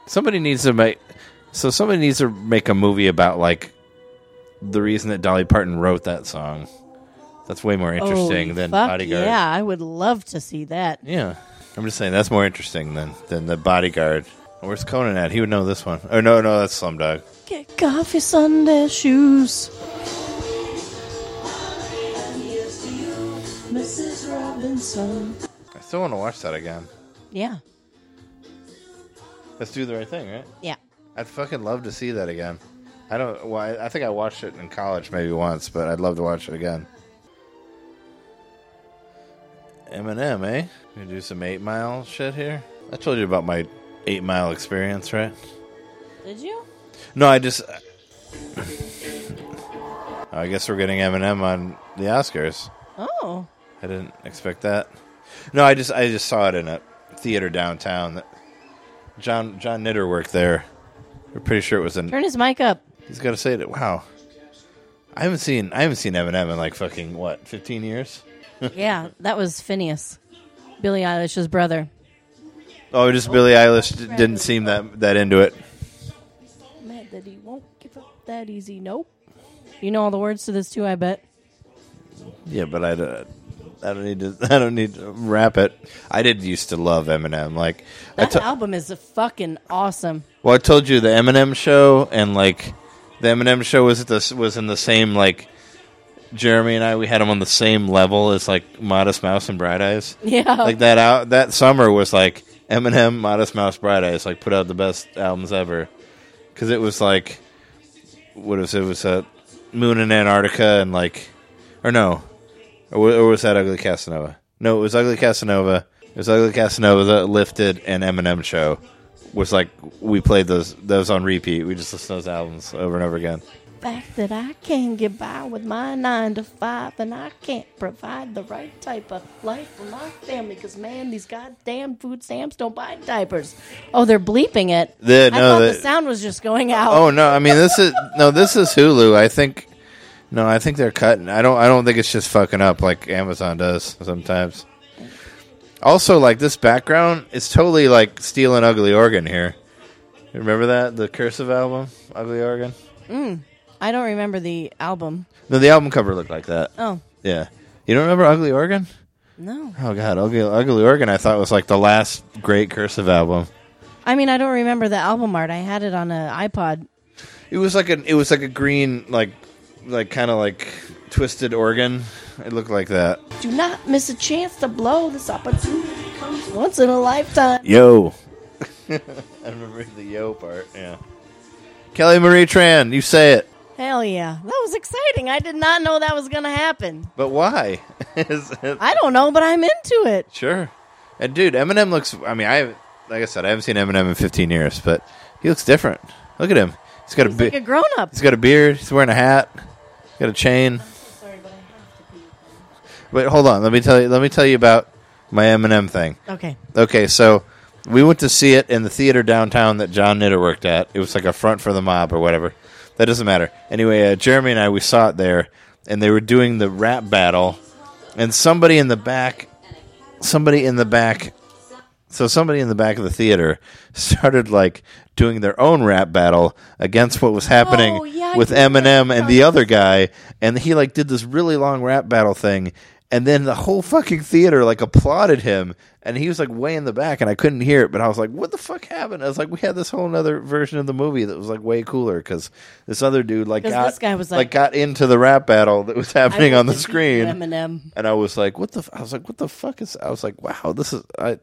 S1: Somebody needs to make so somebody needs to make a movie about like the reason that Dolly Parton wrote that song. That's way more interesting
S2: Oh,
S1: than
S2: fuck
S1: Bodyguard.
S2: Yeah, I would love to see that.
S1: Yeah. I'm just saying that's more interesting than than the Bodyguard. Where's Conan at? He would know this one. Oh no, no, that's Slumdog.
S2: Kick off your Sunday shoes. Mrs. Robinson.
S1: I still want to watch that again.
S2: Yeah.
S1: Let's do the right thing, right?
S2: Yeah.
S1: I'd fucking love to see that again. I don't. Well, I, I think I watched it in college maybe once, but I'd love to watch it again. Eminem, eh? We gonna do some Eight Mile shit here. I told you about my Eight Mile experience, right?
S2: Did you?
S1: No, I just. *laughs* I guess we're getting Eminem on the Oscars.
S2: Oh.
S1: I didn't expect that. No, I just I just saw it in a theater downtown. That John John Knitter worked there. We're pretty sure it was an.
S2: Turn his mic up.
S1: *laughs* He's got to say it. Wow, I haven't seen I haven't seen Eminem in like fucking what fifteen years.
S2: yeah, that was Phineas, Billie Eilish's brother.
S1: Oh, just Billie Eilish d- didn't seem that that into it.
S2: Mad that he won't give up that easy. Nope. You know all the words to this too, I bet.
S1: Yeah, but I don't. I don't need to. *laughs* I don't need to rap it. I did used to love Eminem. Like I
S2: That
S1: to-
S2: album is a fucking awesome.
S1: Well, I told you the Eminem show and like the Eminem show was at this was in the same like Jeremy and I we had him on the same level as like Modest Mouse and Bright Eyes.
S2: Yeah.
S1: *laughs* Like that out that summer was like Eminem, Modest Mouse, Bright Eyes like put out the best albums ever cuz it was like what was it was a uh, Moon in Antarctica and like or no or, wa- or was that Ugly Casanova? No, it was Ugly Casanova. It was like the Casanova, Lifted, and Eminem show. Was like we played those those on repeat. We just listened to those albums over and over again.
S2: fact that I can't get by with my nine to five and I can't provide the right type of life for my family because, man, these goddamn food stamps don't buy diapers. Oh, they're bleeping it.
S1: Yeah,
S2: I
S1: no,
S2: thought the
S1: that-
S2: sound was just going out.
S1: Oh no, I mean this is no, this is Hulu. I think no, I think they're cutting. I don't. I don't think it's just fucking up like Amazon does sometimes. Also, like this background is totally like stealing Ugly Organ here. Remember that the Cursive album, Ugly Organ?
S2: Mm, I don't remember the album.
S1: No, the album cover looked like that.
S2: Oh.
S1: yeah. You don't remember Ugly Organ?
S2: No.
S1: Oh god, Ugly Ugly Organ. I thought was like the last great Cursive album.
S2: I mean, I don't remember the album art. I had it on an iPod.
S1: It was like an it was like a green like like kind of like twisted organ. It looked like that.
S2: Do not miss a chance to blow. This opportunity comes once in a lifetime.
S1: Yo. *laughs* I remember the yo part. Yeah. Kelly Marie Tran, you say it.
S2: Hell yeah. That was exciting. I did not know that was going to happen.
S1: But why? *laughs* Is it-
S2: I don't know, but I'm into it.
S1: Sure. And dude, Eminem looks I mean, I haven't- like I said, I haven't seen Eminem in 15 years, but he looks different. Look at him. He's got a be-
S2: Like a grown up.
S1: He's got a beard, he's wearing a hat, he's got a chain. Wait, hold on. Let me tell you let me tell you about my Eminem thing.
S2: Okay.
S1: Okay, so we went to see it in the theater downtown that John Nitter worked at. It was like a front for the mob or whatever. That doesn't matter. Anyway, uh, Jeremy and I we saw it there, and they were doing the rap battle, and somebody in the back, somebody in the back, so somebody in the back of the theater *laughs* started like doing their own rap battle against what was happening with Eminem and the other guy, and he like did this really long rap battle thing, and then the whole fucking theater like applauded him, and he was like way in the back, and I couldn't hear it, but I was like, what the fuck happened? I was like, we had this whole other version of the movie that was like way cooler because this other dude like
S2: 'Cause
S1: got
S2: this guy was, like-
S1: got into the rap battle that was happening
S2: I
S1: on the
S2: want to beat you,
S1: screen,
S2: Eminem.
S1: and I was like, what the? F-? I was like, what the fuck is? I was like, wow, this is I.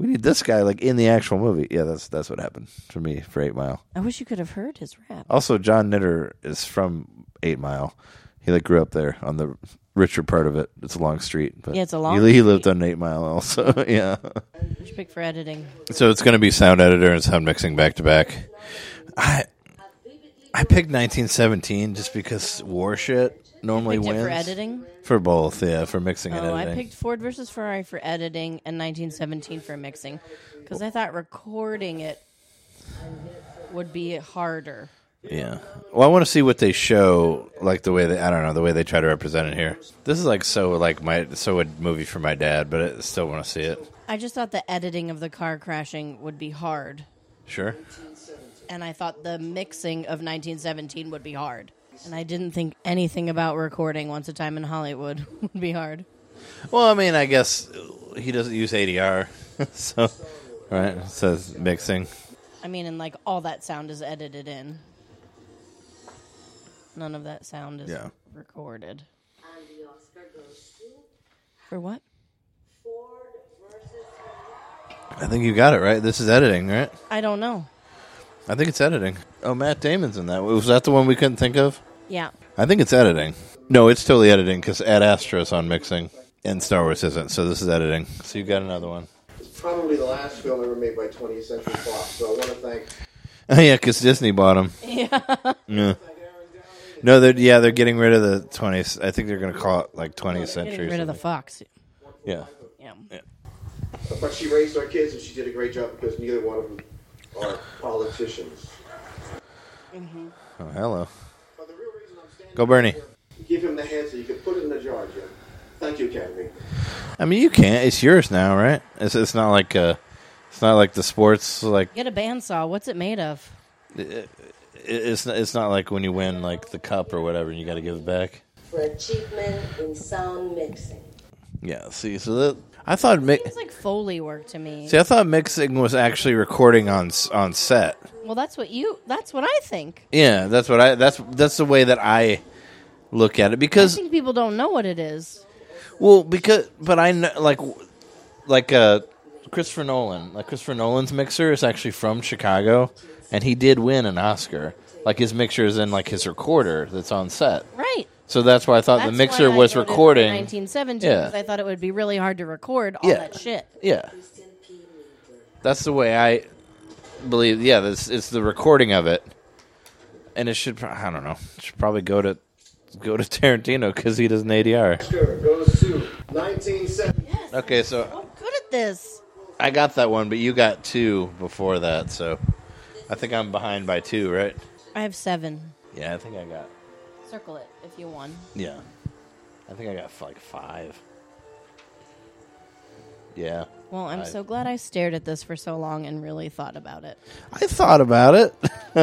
S1: We need this guy like in the actual movie. Yeah, that's that's what happened for me for Eight Mile.
S2: I wish you could have heard his rap.
S1: Also, John Nitter is from Eight Mile. He like grew up there on the richer part of it. It's a long street, but
S2: Yeah, it's a long
S1: He, he lived on Eight Mile also. *laughs* yeah.
S2: Which pick for editing?
S1: So it's going to be sound editor and sound mixing back to back. I I picked 1917 just because war shit normally
S2: picked it
S1: wins
S2: for editing?
S1: For both, yeah, for mixing and
S2: oh, I
S1: editing.
S2: picked Ford versus Ferrari for editing and 1917 for mixing because I thought recording it would be harder.
S1: Yeah. Well, I want to see what they show, like the way they, I don't know, the way they try to represent it here. This is like so, like my, so a movie for my dad, but I still want to see it.
S2: I just thought the editing of the car crashing would be hard,
S1: Sure.
S2: and I thought the mixing of 1917 would be hard. And I didn't think anything about recording once a time in Hollywood *laughs* would be hard.
S1: Well, I mean, I guess he doesn't use ADR, *laughs* so, right? It says mixing.
S2: I mean, and like all that sound is edited in. None of that sound is
S1: Yeah.
S2: recorded. For what?
S1: I think you got it right. This is editing, right?
S2: I don't know.
S1: I think it's editing. Oh, Matt Damon's in that. Was that the one we couldn't think of?
S2: Yeah.
S1: I think it's editing. No, it's totally editing because Ad Astra's on mixing and Star Wars isn't, so this is editing. So you got another one. *laughs*
S13: It's probably the last film ever made by 20th Century Fox, so I want to thank
S1: Oh, yeah, because Disney bought them.
S13: Yeah.
S1: Yeah. No, they're yeah they're getting rid of the 20th. I think they're gonna call it like 20th century.
S2: Getting rid of the fox.
S1: yeah.
S2: Yeah.
S13: But she raised our kids and she did a great job because neither one of them are politicians.
S1: Oh hello. Go Bernie.
S13: Give him the hand so you can put it in the jar, Jim. Thank you, Kathy.
S1: I mean you can't. It's yours now, right? It's it's not like uh, it's not like the sports like
S2: Get a bandsaw. What's it made of?
S1: it, it's not, it's not like when you win like the cup or whatever and you got to give it back.
S14: for achievement in sound mixing.
S1: Yeah. See, so that I thought mi-
S2: It's like Foley work to me.
S1: see I thought mixing was actually recording on s- on set.
S2: Well, that's what you. That's what I think.
S1: Yeah, that's what I that's that's the way that I look at it because
S2: I think people don't know what it is.
S1: Well, because but I know like like uh Christopher Nolan, like Christopher Nolan's mixer is actually from Chicago, and he did win an Oscar. Like his mixer is in like his recorder that's on set.
S2: Right.
S1: So that's why I thought the
S2: That's
S1: mixer
S2: why I
S1: was
S2: voted for
S1: recording.
S2: 1917
S1: Yeah.
S2: because I thought it would be really hard to record all
S1: Yeah.
S2: that shit.
S1: Yeah. That's the way I believe. Yeah, this it's the recording of it, and it should. pro- I don't know. It should probably go to go to Tarantino because he does an ADR.
S13: goes to 1970.
S1: Okay, so
S2: Good at this.
S1: I got that one, but you got two before that, so I think I'm behind by two, right?
S2: I have seven.
S1: Yeah, I think I got.
S2: Circle it if you won.
S1: Yeah, I think I got like five. Yeah.
S2: Well, I'm
S1: I-
S2: so glad I stared at this for so long and really thought about it.
S1: I thought about it. *laughs*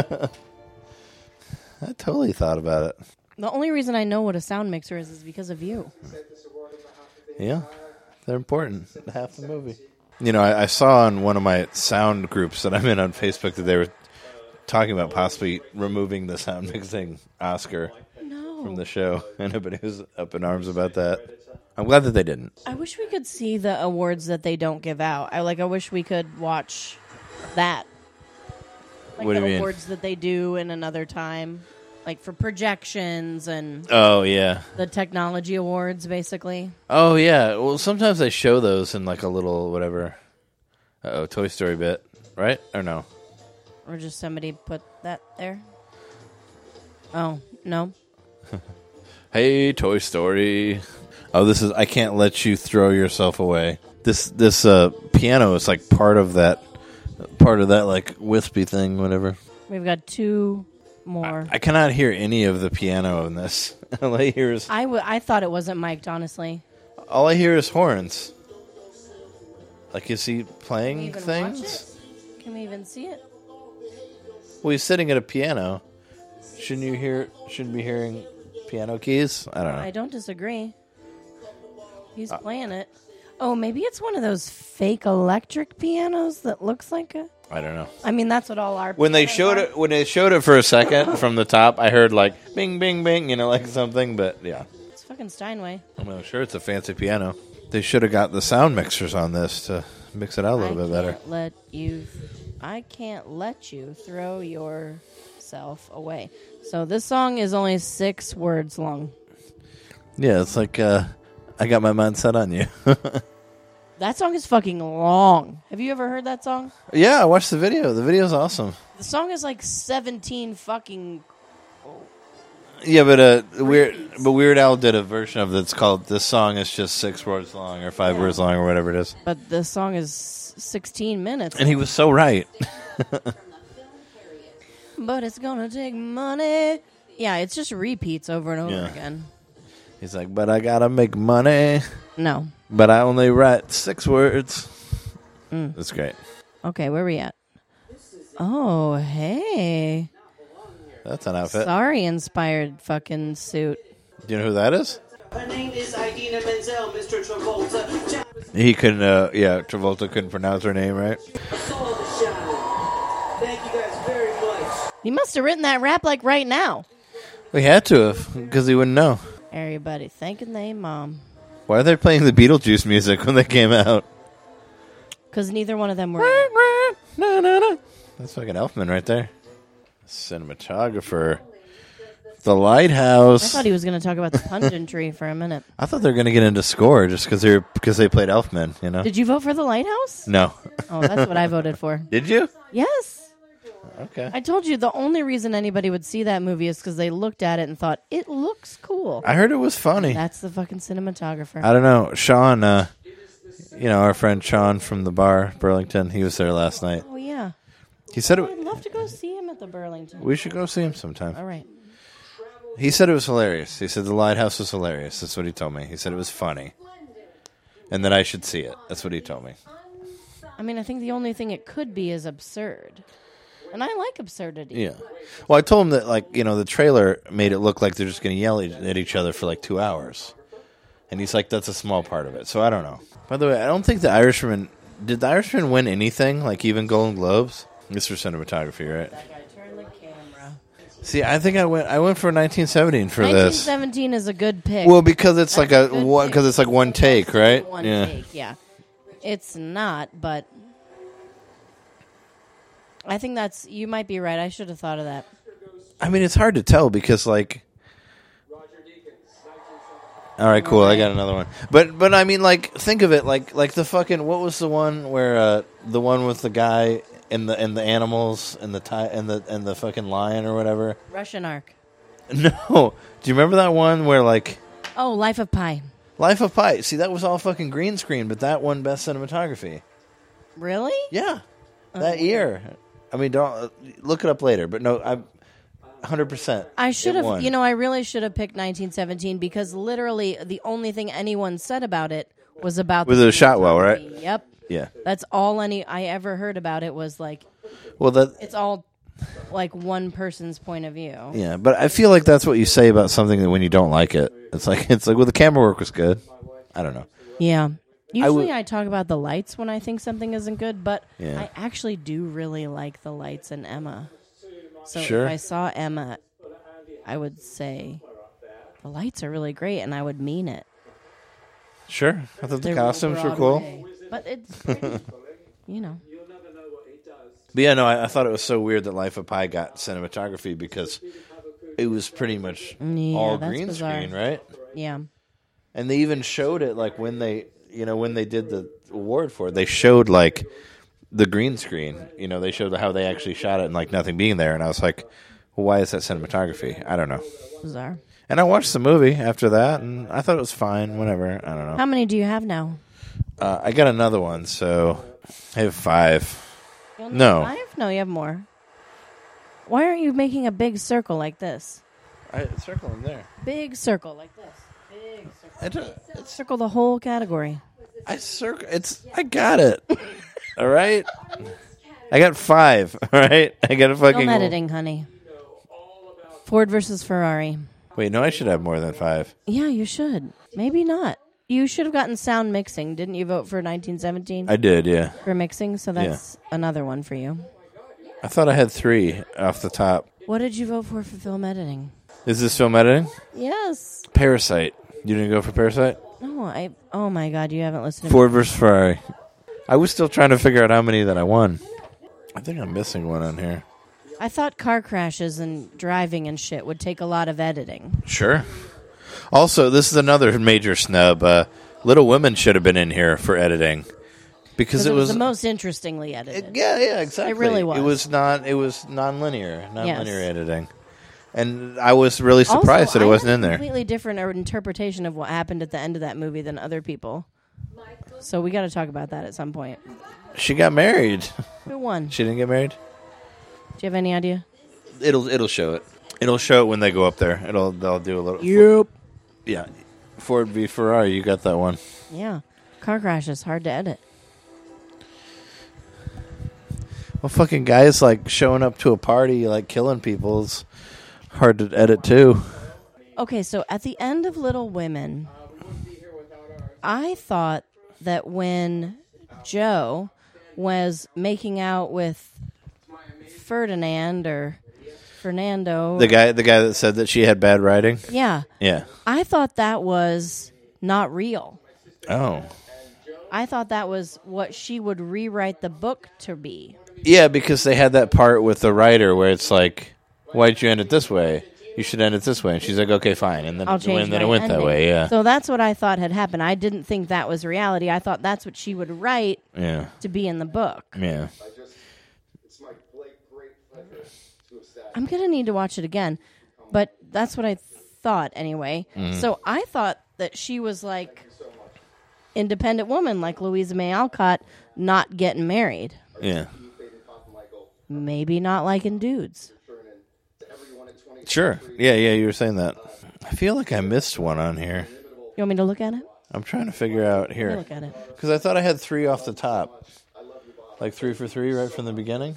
S1: I totally thought about it.
S2: The only reason I know what a sound mixer is is because of you.
S1: Yeah, they're important. Half the movie. You know, I, I saw on one of my sound groups that I'm in on Facebook that they were talking about possibly removing the sound mixing Oscar from the show, *laughs* and everybody was up in arms about that. I'm glad that they didn't.
S2: I wish we could see the awards that they don't give out. I like. I wish we could watch that. Like
S1: What do
S2: the
S1: you mean?
S2: awards that they do in another time, like for projections and
S1: Oh yeah,
S2: the technology awards, basically.
S1: oh yeah. Well, sometimes they show those in like a little whatever. Uh oh, Toy Story bit, right or no?
S2: Or just somebody put that there? Oh, no.
S1: Hey, Toy Story. Oh, this is I can't let you throw yourself away. This this uh, piano is like part of that part of that like wispy thing, whatever.
S2: We've got two more.
S1: I cannot hear any of the piano in this. *laughs* all I hear is
S2: I, w- I thought it wasn't mic'd, honestly.
S1: all I hear is horns. Like is he
S2: Can we
S1: playing
S2: even
S1: things?
S2: watch it? Can we even see it?
S1: Well, he's sitting at a piano. Shouldn't you hear? Shouldn't be hearing piano keys? I *laughs* don't know.
S2: I don't disagree. He's
S1: Uh,
S2: playing it. Oh, maybe it's one of those fake electric pianos that looks like a.
S1: I don't know.
S2: I mean, that's what all our.
S1: when they
S2: pianos
S1: showed
S2: are.
S1: it when they showed it for a
S2: *laughs*
S1: second from the top i heard like bing bing bing you know like something but yeah
S2: It's fucking Steinway.
S1: i'm not sure it's a fancy piano they should have got the sound mixers on this to mix it out a little bit better
S2: Can't let you. I can't let you throw yourself away. So this song is only six words long.
S1: yeah it's like uh i got my mind set on you *laughs*
S2: That song is fucking long. Have you ever heard that song?
S1: yeah i watched the video the video's awesome
S2: The song is like 17 fucking.
S1: yeah but uh weird but weird al did a version of that's called this song is just six words long or five words long or whatever it is
S2: But the song is 16 minutes.
S1: and he was so right
S2: But it's gonna take money. Yeah, it's just repeats over and over
S1: Yeah.
S2: again.
S1: he's like but i gotta make money
S2: No.
S1: but i only write six words that's great
S2: Okay, where we at? Oh, hey.
S1: That's an outfit.
S2: Sorry inspired fucking suit.
S1: Do you know who that is?
S11: Her name is Idina Menzel, Mr. Travolta. Jack
S1: He couldn't. Uh, yeah, Travolta couldn't pronounce her name right.
S11: Thank you guys very much.
S2: He must have written that rap like right now.
S1: We had to have because he wouldn't know.
S2: Everybody thanking they mom.
S1: Why are they playing the Beetlejuice music when they came out?
S2: Because neither one of them were.
S1: That's fucking Elfman right there. Cinematographer. The lighthouse.
S2: I thought he was going to talk about the punditry for a minute.
S1: I thought they were gonna get into score just because they're because they played Elfman. You know.
S2: Did you vote for the lighthouse? *laughs*
S1: No.
S2: Oh, that's what I voted for.
S1: Did you?
S2: Yes.
S1: Okay.
S2: I told you the only reason anybody would see that movie is because they looked at it and thought, it looks cool.
S1: I heard it was funny.
S2: That's the fucking cinematographer.
S1: I don't know. Sean, uh, you know, our friend Sean from the bar, Burlington, he was there last night.
S2: Oh, yeah.
S1: He said
S2: I'd
S1: it,
S2: love to go see him at the Burlington.
S1: we should go see him sometime.
S2: All right.
S1: He said it was hilarious. He said the lighthouse was hilarious. That's what he told me. He said it was funny. And that I should see it. That's what he told me.
S2: I mean, I think the only thing it could be is absurd. And I like absurdity.
S1: Yeah. Well, I told him that, like, you know, the trailer made it look like they're just going to yell e- at each other for like two hours. And he's like, that's a small part of it. So I don't know. By the way, I don't think the Irishman. Did the Irishman win anything? Like, even Golden Globes? It's for cinematography, right?
S2: Turn the camera.
S1: See, I think I went. I went for 1917 for this.
S2: 1917 is a good pick.
S1: Well, because it's like a
S2: good
S1: one. Because it's like one take, right?
S2: one
S1: yeah.
S2: take. Yeah, it's not, but I think that's you might be right. I should have thought of that.
S1: I mean, it's hard to tell because like All right, cool. I got another one. But but I mean, like, think of it like like the fucking what was the one where uh, the one with the guy and the and the animals and the ti- and the and the fucking lion or whatever. *laughs*
S2: Russian Ark.
S1: No, do you remember that one where like
S2: Oh, Life of Pi.
S1: Life of Pi? See, that was all fucking green screen, but that won best cinematography
S2: Really?
S1: Yeah. that year. I mean, don't look it up later. But no, I, hundred percent.
S2: I should
S1: it won.
S2: have, you know, I really should have picked 1917 because literally the only thing anyone said about it was about
S1: With
S2: the
S1: a shot well, right?
S2: *laughs* Yep.
S1: Yeah.
S2: That's all any I ever heard about it was like
S1: Well, that
S2: it's all like one person's point of view.
S1: Yeah, but I feel like that's what you say about something that when you don't like it, it's like *laughs* it's like well the camera work was good. I don't know.
S2: Yeah.
S1: I would-
S2: Usually I, talk about the lights when I think something isn't good, but
S1: Yeah.
S2: I actually do really like the lights in Emma. So
S1: Sure.
S2: if I saw Emma, I would say the lights are really great and I would mean it.
S1: Sure, I thought the
S2: They're
S1: costumes were cool.
S2: Broadway. But it's
S1: *laughs*
S2: pretty, you know.
S1: But yeah, no, I, I thought it was so weird that Life of Pi got cinematography because it was pretty much
S2: Yeah,
S1: all
S2: that's
S1: green
S2: bizarre.
S1: screen, right?
S2: Yeah.
S1: And they even showed it like when they, you know, when they did the award for it, they showed like the green screen. You know, they showed how they actually shot it and like nothing being there. And I was like, well, why is that cinematography? I don't know.
S2: Bizarre.
S1: And I watched the movie after that, and I thought it was fine. Whatever. I don't know.
S2: How many do you have now?
S1: Uh, I got another one, so I have five.
S2: You only
S1: No,
S2: have Five? No, you have more. Why aren't you making a big circle like this?
S1: I, circle them there.
S2: Big circle like this. Big circle.
S1: I don't-
S2: circle the whole category.
S1: I circle. It's. I got it. *laughs* all right. I got five. *laughs* All right. I got a fucking.
S2: Film editing, honey. Ford versus Ferrari.
S1: Wait, no, I should have more than five.
S2: Yeah, you should. Maybe not. You should have gotten sound mixing. Didn't you vote for 1917?
S1: I did. Yeah.
S2: For mixing, so
S1: Yeah.
S2: that's another one for you.
S1: I thought I had three off the top.
S2: What did you vote for for film editing?
S1: Is this film editing?
S2: Yes.
S1: Parasite. You didn't go for Parasite.
S2: No, I. Oh my God, you haven't listened. to
S1: Ford versus Ferrari. I was still trying to figure out how many that I won. I think I'm missing one on here.
S2: I thought car crashes and driving and shit would take a lot of editing.
S1: Sure. Also, this is another major snub. Uh, Little Women should have been in here for editing because it, was,
S2: the most interestingly edited.
S1: yeah, yeah, exactly.
S2: It really was.
S1: It was not. It was non-linear, non-linear
S2: Yes.
S1: editing, and I was really surprised
S2: Also,
S1: that it
S2: I
S1: wasn't
S2: had
S1: in
S2: a
S1: there.
S2: Completely different or interpretation of what happened at the end of that movie than other people. So we got to talk about that at some point. Do
S1: She got married. *laughs*
S2: Who won?
S1: She didn't get married.
S2: you have any idea?
S1: It'll it'll show it. It'll show it when they go up there. It'll they'll do a little.
S2: Yep.
S1: Yeah. Ford v Ferrari. You got that one.
S2: Yeah, car crashes hard to edit.
S1: Well, fucking guys like showing up to a party, like killing people's hard to edit too.
S2: Okay, so at the end of Little Women, I thought that when Joe was making out with Ferdinand or Fernando,
S1: The guy, the guy that said that she had bad writing.
S2: Yeah.
S1: Yeah.
S2: I thought that was not real.
S1: Oh.
S2: I thought that was what she would rewrite the book to be.
S1: Yeah, because they had that part with the writer where it's like, "Why'd you end it this way? You should end it this way." And she's like, "Okay, fine." And then
S2: I'll
S1: it went,
S2: change
S1: and then
S2: my
S1: it went that
S2: ending.
S1: way. Yeah.
S2: So that's what I thought had happened. I didn't think that was reality. I thought that's what she would write
S1: Yeah.
S2: to be in the book.
S1: yeah.
S2: I'm gonna need to watch it again, but that's what I thought anyway.
S1: Mhm.
S2: So I thought that she was like independent woman, like Louisa May Alcott, not getting married,
S1: Yeah.
S2: maybe not liking dudes.
S1: Sure. Yeah. Yeah. You were saying that. I feel like I missed one on here.
S2: You want me to look at it?
S1: I'm trying to figure out
S2: Let me
S1: here
S2: Look at it.
S1: because I thought I had three off the top, like three for three right from the beginning.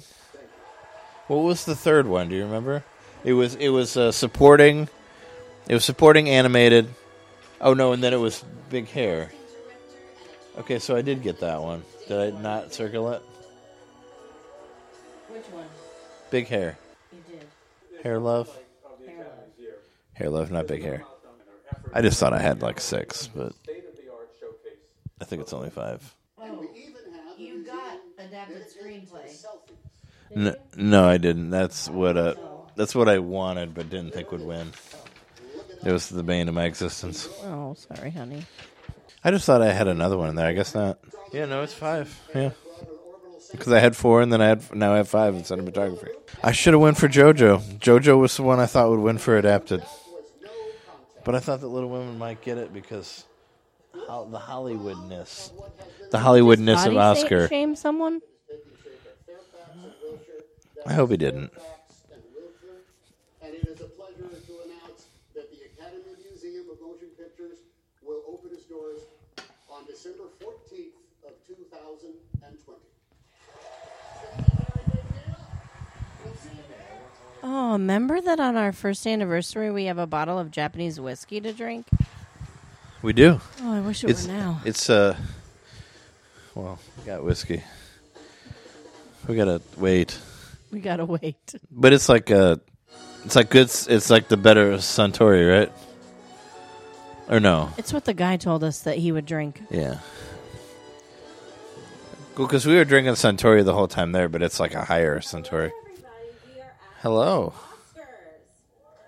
S1: What was the third one? Do you remember? It was it was uh, supporting, it was supporting animated. Oh no, and then it was big hair. Okay, so I did get that one. Did I not circle it?
S2: Which one?
S1: Big hair,
S2: You did.
S1: hair love, hair love, not big hair. I just thought I had like six, but I think it's only five.
S2: You got adapted screenplay.
S1: No, no, I didn't. That's what uh, that's what I wanted, but didn't think would win. It was the bane of my existence.
S2: Oh, sorry, honey.
S1: I just thought I had another one in there. I guess not. Yeah, no, it's five. Yeah. Because I had four, and then I had now I have five in cinematography. I should have went for JoJo. JoJo was the one I thought would win for adapted, but I thought that Little Women might get it because ho- the Hollywoodness, the Hollywoodness
S2: Body
S1: of
S2: sa-
S1: Oscar.
S2: Shame someone?
S1: I hope he didn't.
S15: And it is a pleasure to announce that the Academy Museum of Motion Pictures will open its doors on December 14th of 2020.
S2: Oh, remember that on our first anniversary we have a bottle of Japanese whiskey to drink?
S1: We do.
S2: Oh, I wish it were
S1: it's, *laughs*
S2: now.
S1: It's uh, well, we got whiskey. We gotta wait.
S2: We gotta wait.
S1: But it's like uh it's like good. It's like the better Suntory, right? Or no?
S2: It's what the guy told us that he would drink.
S1: Yeah. Cool, because we were drinking Suntory the whole time there, but it's like a higher Suntory. Hello,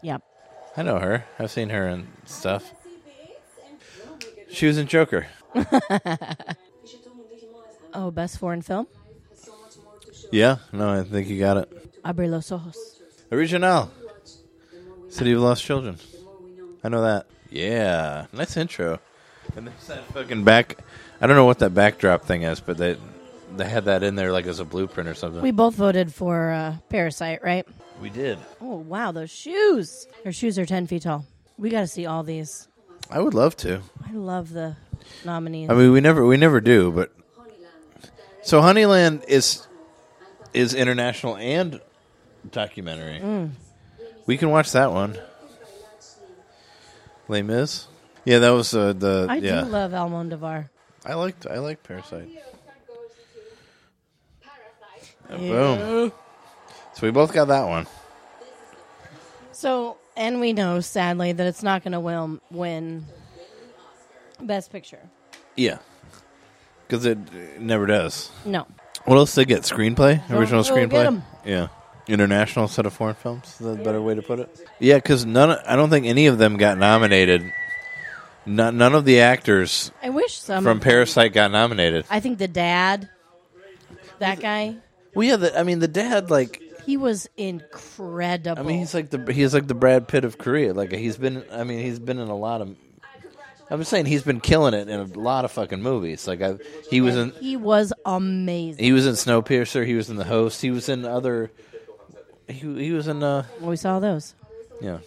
S2: Yep.
S1: I know her. I've seen her and stuff. She was in Joker.
S2: Oh, best foreign film?
S1: yeah, no, I think you got it.
S2: Abre los ojos.
S1: Original. City of Lost Children. I know that. Yeah, nice intro. And there's that fucking back. I don't know what that backdrop thing is, but they they had that in there like as a blueprint or something.
S2: We both voted for uh, Parasite, right?
S1: we did.
S2: Oh, wow, those shoes. Her shoes are 10 feet tall. We gotta see all these.
S1: I would love to.
S2: I love the nominees.
S1: I mean, we never we never do, but so Honeyland is is international and documentary.
S2: Mm.
S1: We can watch that one. Les Mis. Yeah, that was uh, the
S2: I
S1: yeah.
S2: do love Almodovar.
S1: I liked I liked Parasite. Uh,
S2: Yeah.
S1: Boom. So we both got that one.
S2: So, and we know, sadly, that it's not going to win Best Picture.
S1: Yeah, because it, it never does.
S2: No.
S1: What else they get? Screenplay,
S2: Go-
S1: original
S2: go get
S1: screenplay.
S2: 'em.
S1: Yeah, international set of foreign films. Is that a better way to put it? Yeah, because none. of- I don't think any of them got nominated. None, none of the actors
S2: I wish some.
S1: from Parasite got nominated.
S2: I think the dad, that guy,
S1: Well, yeah. The, I mean, the dad, like,
S2: he was incredible.
S1: I mean, he's like the he's like the Brad Pitt of Korea. Like, he's been. I mean, he's been in a lot of. I'm just saying he's been killing it in a lot of fucking movies. Like, I, he was in
S2: he was amazing.
S1: he was in Snowpiercer. He was in The Host. He was in other. He he was in uh
S2: we saw those.
S1: yeah.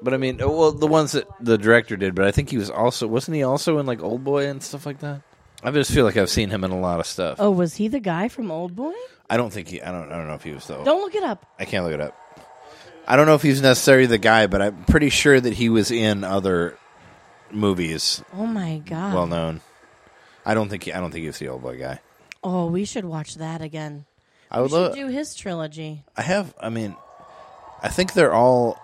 S1: But I mean, oh, well, the ones that the director did, but I think he was also wasn't he also in like Old Boy and stuff like that. I just feel like I've seen him in a lot of stuff.
S2: Oh, was he the guy from Old Boy?
S1: I don't think he. I don't. I don't know if he was though.
S2: Don't look it up.
S1: I can't look it up. I don't know if he's necessarily the guy, but I'm pretty sure that he was in other movies,
S2: Oh my god.
S1: well known. I don't think. He, I don't think he was the Old Boy guy.
S2: Oh, we should watch that again.
S1: I would
S2: we should
S1: love.
S2: do his trilogy.
S1: I have. I mean, I think they're all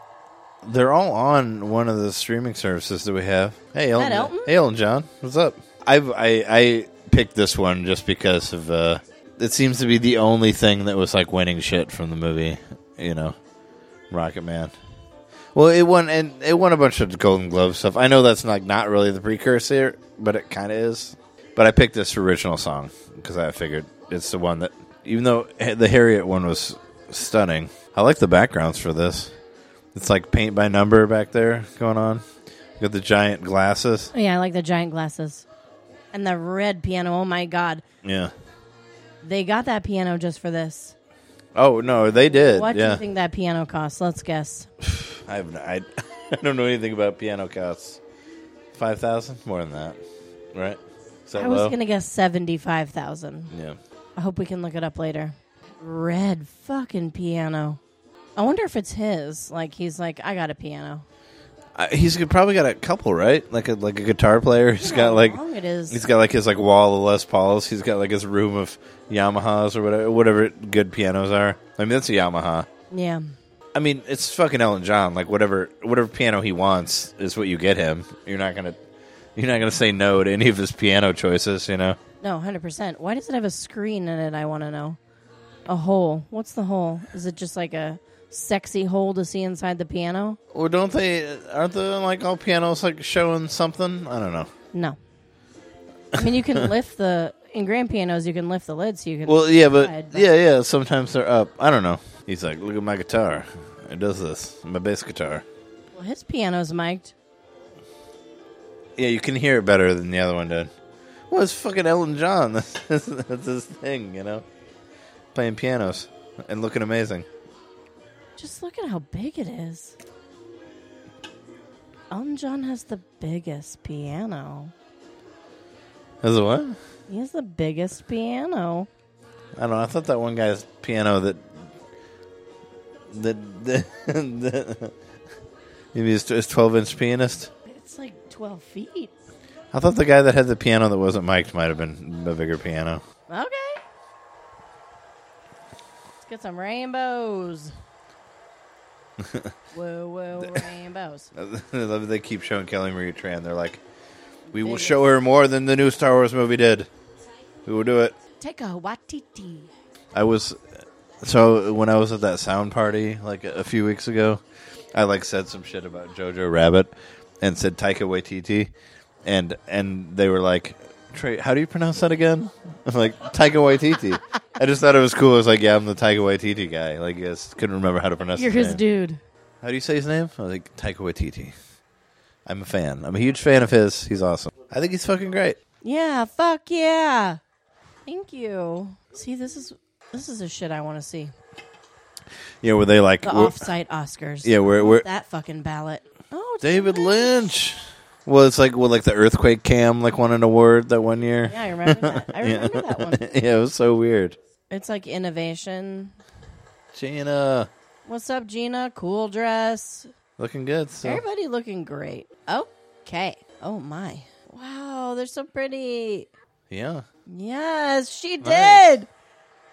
S1: they're all on one of the streaming services that we have. Hey, Elton,
S2: Elton?
S1: hey, Elton John, what's up? I've I I picked this one just because of uh, it seems to be the only thing that was like winning shit from the movie. You know, Rocket Man. Well, it won and it won a bunch of Golden Globe stuff. I know that's like not really the precursor, but it kind of is. But I picked this original song because I figured it's the one that, even though the Harriet one was stunning, I like the backgrounds for this. It's like paint by number back there going on. You got the giant glasses.
S2: Oh, yeah, I like the giant glasses and the red piano. Oh my god,
S1: Yeah.
S2: they got that piano just for this.
S1: Oh no, they did.
S2: what do
S1: yeah.
S2: you think that piano costs? Let's guess.
S1: I have no, I, *laughs* I don't know anything about piano costs. Five thousand more than that, right? Is that
S2: I was
S1: low?
S2: gonna guess seventy-five thousand.
S1: Yeah.
S2: I hope we can look it up later. Red fucking piano. I wonder if it's his. Like he's like, I got a piano.
S1: I, he's g- probably got a couple, right? Like a like a guitar player. He's got like
S2: long it is.
S1: he's got like his like wall of Les Pauls. He's got like his room of Yamahas or whatever whatever good pianos are. I mean, that's a Yamaha.
S2: Yeah.
S1: I mean, it's fucking Elton John. Like whatever whatever piano he wants is what you get him. You're not gonna you're not gonna say no to any of his piano choices. You know,
S2: No, hundred percent. Why does it have a screen in it? I want to know. A hole. What's the hole? Is it just like a sexy hole to see inside the piano?
S1: Well, don't they? Aren't they like all pianos like showing something? I don't know.
S2: No. I mean, you can lift the in grand pianos. You can lift the lid so you can.
S1: Well, yeah, but,
S2: slide,
S1: yeah, yeah. Sometimes they're up. I don't know. He's like, look at my guitar. It does this. My bass guitar.
S2: Well, his piano's mic'd.
S1: Yeah, you can hear it better than the other one did. Well, it's fucking Elton John. *laughs* That's that's his thing, you know, playing pianos and looking amazing.
S2: Just look at how big it is. Elton John has the biggest piano.
S1: Is it what?
S2: He has the biggest piano.
S1: I don't know. I thought that one guy's piano that that, *laughs* that, that maybe his twelve inch pianist.
S2: It's like twelve feet.
S1: I thought the guy that had the piano that wasn't mic'd might have been a bigger piano.
S2: Okay. Let's get some rainbows. whoa, whoa, rainbows.
S1: *laughs* I love that they keep showing Kelly Marie Tran. They're like, we will show her more than the new Star Wars movie did. We will do it.
S2: Take a watiti.
S1: I was so when I was at that sound party like a few weeks ago, I like said some shit about Jojo Rabbit and said Taika Waititi, and and they were like, Trey, how do you pronounce that again? I'm like Taika Waititi. I just thought it was cool. I was like, yeah, I'm the Taika Waititi guy. Like, I just couldn't remember how to pronounce.
S2: You're
S1: his
S2: his
S1: name.
S2: dude.
S1: How do you say his name? I was like Taika Waititi. I'm a fan. I'm a huge fan of his. He's awesome. I think he's fucking great.
S2: Yeah, fuck yeah. Thank you. See, this is this is the shit I want to see.
S1: Yeah, were they like
S2: The
S1: were-
S2: off-site Oscars.
S1: Yeah, where
S2: I
S1: where
S2: want that fucking ballot. Oh,
S1: David Lynch. Well, it's like well, like the earthquake cam like won an award that one year.
S2: Yeah, I remember that.
S1: *laughs*
S2: I remember that one.
S1: yeah, it was so weird.
S2: it's like innovation.
S1: Gina,
S2: What's up, Gina? Cool dress.
S1: looking good. So.
S2: Everybody looking great. Okay. Oh my. Wow, they're so pretty.
S1: Yeah.
S2: Yes, she
S1: Nice.
S2: did.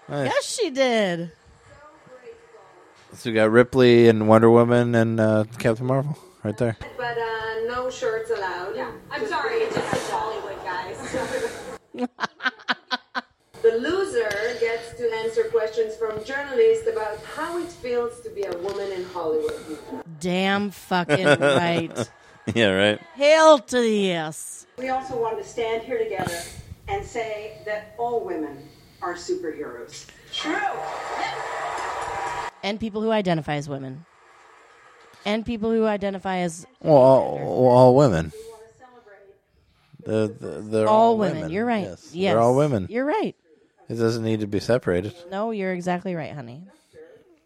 S1: Nice.
S2: Yes, she did.
S1: So you got Ripley and Wonder Woman and uh, Captain Marvel right there. *laughs*
S16: But uh, no shirts allowed. Yeah, I'm sorry, it's just it's Hollywood, guys.
S14: *laughs* The loser gets to answer questions from journalists about how it feels to be a woman in Hollywood.
S1: *laughs*
S2: Damn fucking right.
S1: yeah, right.
S2: Hail to the yes.
S16: We also wanted to stand here together and say that all women are superheroes. True.
S2: And people who identify as women. And people who identify as
S1: Well, all, well, all women. They're, they're, they're all,
S2: all, women. You're right.
S1: Yes.
S2: Yes.
S1: They're all women.
S2: You're right.
S1: It doesn't need to be separated.
S2: No, you're exactly right, honey.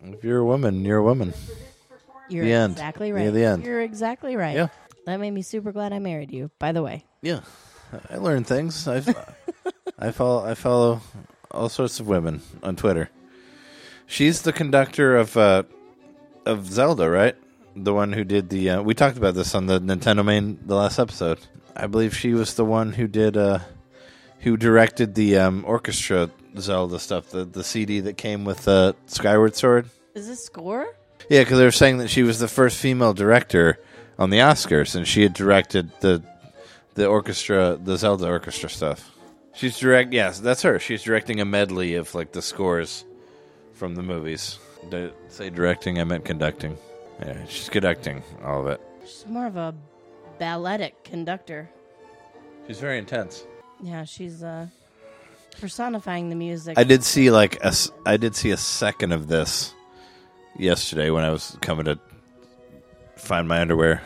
S1: If you're a woman, you're a woman.
S2: You're
S1: the end.
S2: exactly
S1: Near
S2: right.
S1: the end.
S2: You're exactly right.
S1: Yeah.
S2: That made me super glad I married you, by the way.
S1: Yeah, I learned things. I *laughs* I follow I follow all sorts of women on Twitter. She's the conductor of uh, of Zelda, right? The one who did the uh, we talked about this on the Nintendo main the last episode. I believe she was the one who did uh, who directed the um, orchestra Zelda stuff, the the CD that came with uh, Skyward Sword.
S2: Is this score?
S1: Yeah, because they were saying that she was the first female director on the Oscars, and she had directed the the orchestra, the Zelda orchestra stuff. She's direct. Yes, that's her. She's directing a medley of like the scores from the movies. Did I say directing? I meant conducting. Yeah, she's conducting all of it.
S2: She's more of a balletic conductor.
S1: She's very intense.
S2: Yeah, she's uh, personifying the music.
S1: I did see like a s- I did see a second of this yesterday when I was coming to find my underwear.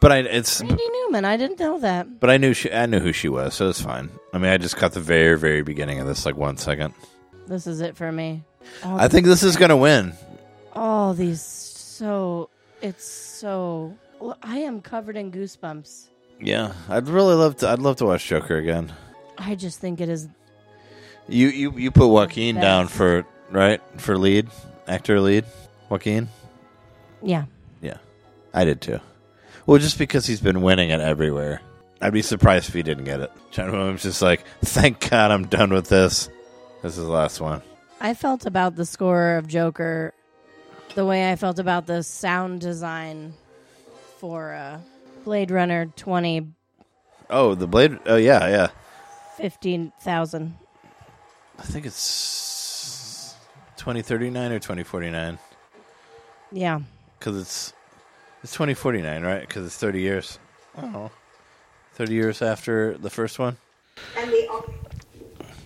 S1: But I it's
S2: Randy Newman. I didn't know that.
S1: But I knew she, I knew who she was, so it's fine. I mean, I just caught the very, very beginning of this, like one second.
S2: This is it for me. All
S1: I think this is gonna win.
S2: All these so it's so. Well, I am covered in goosebumps.
S1: Yeah, I'd really love to. I'd love to watch Joker again.
S2: I just think it is
S1: You, you, you put Joaquin
S2: Best.
S1: down for right for lead actor lead Joaquin.
S2: Yeah.
S1: Yeah, I did too. Well, just because he's been winning it everywhere, I'd be surprised if he didn't get it. John Williams just like, thank God I'm done with this. This is the last one.
S2: I felt about the score of Joker the way I felt about the sound design for uh, Blade Runner 20
S1: Oh, the blade. Oh yeah, yeah.
S2: 15,000.
S1: I think it's 2039 or 2049.
S2: Yeah.
S1: Because it's it's 2049, right? Because it's 30 years. Oh. 30 years after the first one.
S14: And the, Os-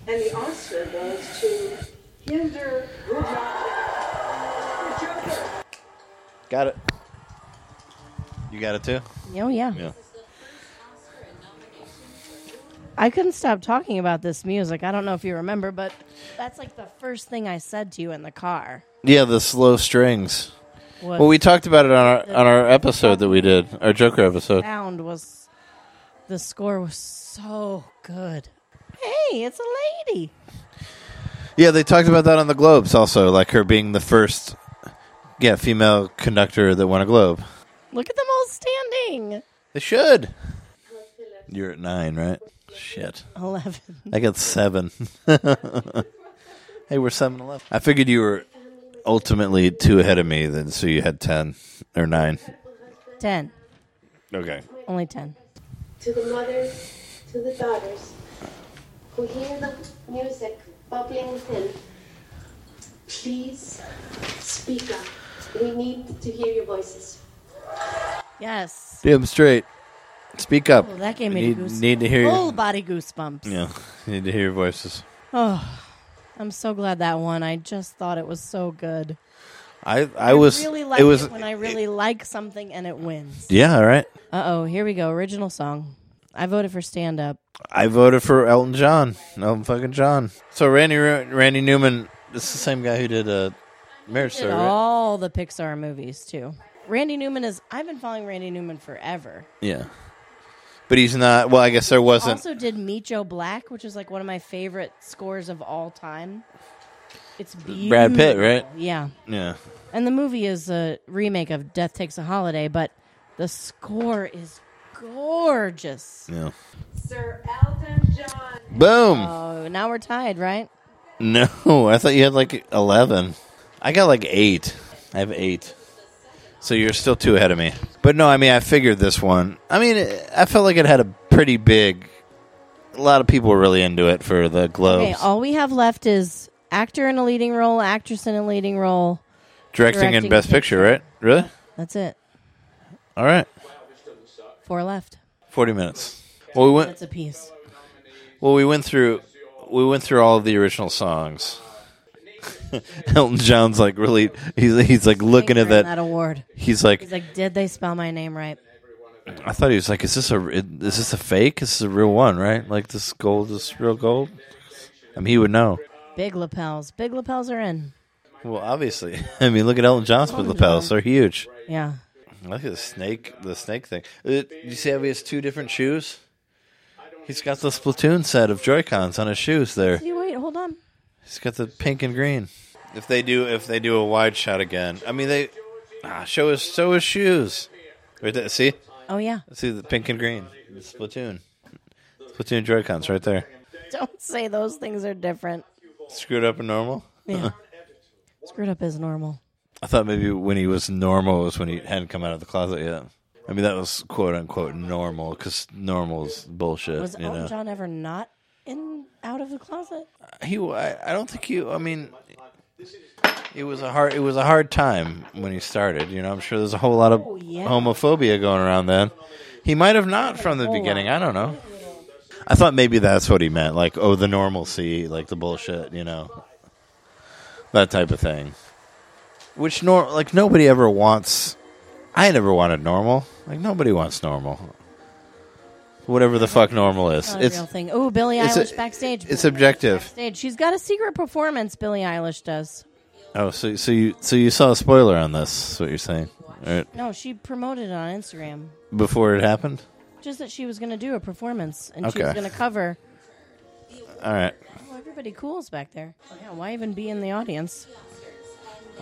S14: and the Oscar goes to Hinder Rudolph. The Joker.
S1: Got it. You got it too.
S2: Oh yeah.
S1: Yeah.
S2: I couldn't stop talking about this music. I don't know if you remember, but that's like the first thing I said to you in the car.
S1: Yeah, the slow strings.
S2: Was-
S1: well, we talked about it on our
S2: the-
S1: on our episode that we did, our Joker episode.
S2: Sound was the score was so good. Hey, it's a lady.
S1: Yeah, they talked about that on the Globes also, like her being the first, yeah, female conductor that won a Globe.
S2: Look at them all standing.
S1: They should. You're at nine, right? Shit.
S2: 11.
S1: I got seven. hey, we're seven eleven. I figured you were ultimately two ahead of me, then so you had ten or nine.
S2: 10.
S1: Okay.
S2: Only 10.
S3: To the mothers, to the daughters, who hear the music bubbling within, please speak up. We need to hear your voices.
S2: Yes.
S1: Damn straight. Speak up.
S2: Oh, that gave me
S1: need,
S2: the goosebumps.
S1: need to hear.
S2: Full body goosebumps.
S1: Yeah, need to hear your voices.
S2: Oh, I'm so glad that one. I just thought it was so good.
S1: I I, was.
S2: really like
S1: it was.
S2: when I really like something and it wins.
S1: yeah. All right.
S2: Uh oh, here we go. Original song. I voted for stand up.
S1: I voted for Elton John. Elton fucking John. So Randy Ru- Randy Newman. This is the same guy who did uh, Marriage Story. right?
S2: All the Pixar movies too. Randy Newman is. I've been following Randy Newman forever.
S1: Yeah. But he's not. Well, I guess there wasn't.
S2: Also did Meet Joe Black, which is like one of my favorite scores of all time. It's beautiful.
S1: Brad Pitt, right?
S2: Yeah.
S1: Yeah.
S2: And the movie is a remake of Death Takes a Holiday, but the score is gorgeous.
S1: Yeah.
S14: Sir Elton John.
S1: Boom.
S2: Oh, now we're tied, right?
S1: No, *laughs* I thought you had like eleven. I got like eight. I have eight. So you're still two ahead of me. But no, I mean I figured this one. I mean I felt like it had a pretty big. A lot of people were really into it for the globes.
S2: Okay, all we have left is actor in a leading role, actress in a leading role.
S1: directing, and best picture, right? Really?
S2: That's it.
S1: All right.
S2: Four left.
S1: Forty minutes. Well, we went.
S2: That's a piece.
S1: Well, we went through we went through all of the original songs. *laughs* Elton John's like really he's he's like *laughs* looking at
S2: Fingering
S1: that,
S2: that award.
S1: He's like
S2: He's like, did they spell my name right?
S1: I thought he was like is this a is this a fake? Is this a real one, right? Like this gold is real gold? I mean he would know.
S2: Big lapels. Big lapels are in.
S1: Well, obviously. *laughs* I mean look at Elton John's
S2: Elton
S1: lapels,
S2: John.
S1: they're huge.
S2: Yeah.
S1: Look at the snake, the snake thing. Uh, you see how he has two different shoes? He's got the Splatoon set of Joy-Cons on his shoes there.
S2: See, wait, hold on.
S1: He's got the pink and green. If they do, if they do a wide shot again, I mean they ah, show his show his shoes. Right there, see,
S2: Oh yeah. *laughs*
S1: see the pink and green, the Splatoon, Splatoon Joy-Cons right there.
S2: Don't say those things are different.
S1: Screwed up and normal.
S2: Yeah.
S1: Uh-huh.
S2: Screwed up as normal.
S1: I thought maybe when he was normal was when he hadn't come out of the closet yet. I mean that was quote unquote normal because normal's bullshit.
S2: Was
S1: you
S2: Elton
S1: know?
S2: John ever not in out of the closet?
S1: He, I, I don't think you. I mean, it was a hard, it was a hard time when he started. You know, I'm sure there's a whole lot of
S2: Oh, yeah. Oh,
S1: homophobia going around then. He might have not from the
S2: whole
S1: beginning. I don't know. I thought maybe that's what he meant, like oh, the normalcy, like the bullshit, you know, that type of thing. Which nor like nobody ever wants. I never wanted normal. Like nobody wants normal. Whatever the fuck normal is,
S2: Not a
S1: it's
S2: real thing. Oh, Billie
S1: it's a-
S2: Eilish backstage.
S1: It's objective.
S2: Backstage. She's got a secret performance. Billie Eilish does.
S1: Oh, so so you so you saw a spoiler on this? Is what you're saying? Right
S2: No, she promoted it on Instagram.
S1: before it happened?
S2: Just that she was going to do a performance and she was
S1: Okay.
S2: going to cover.
S1: All right.
S2: Oh, everybody cools back there. Oh, yeah, why even be in the audience?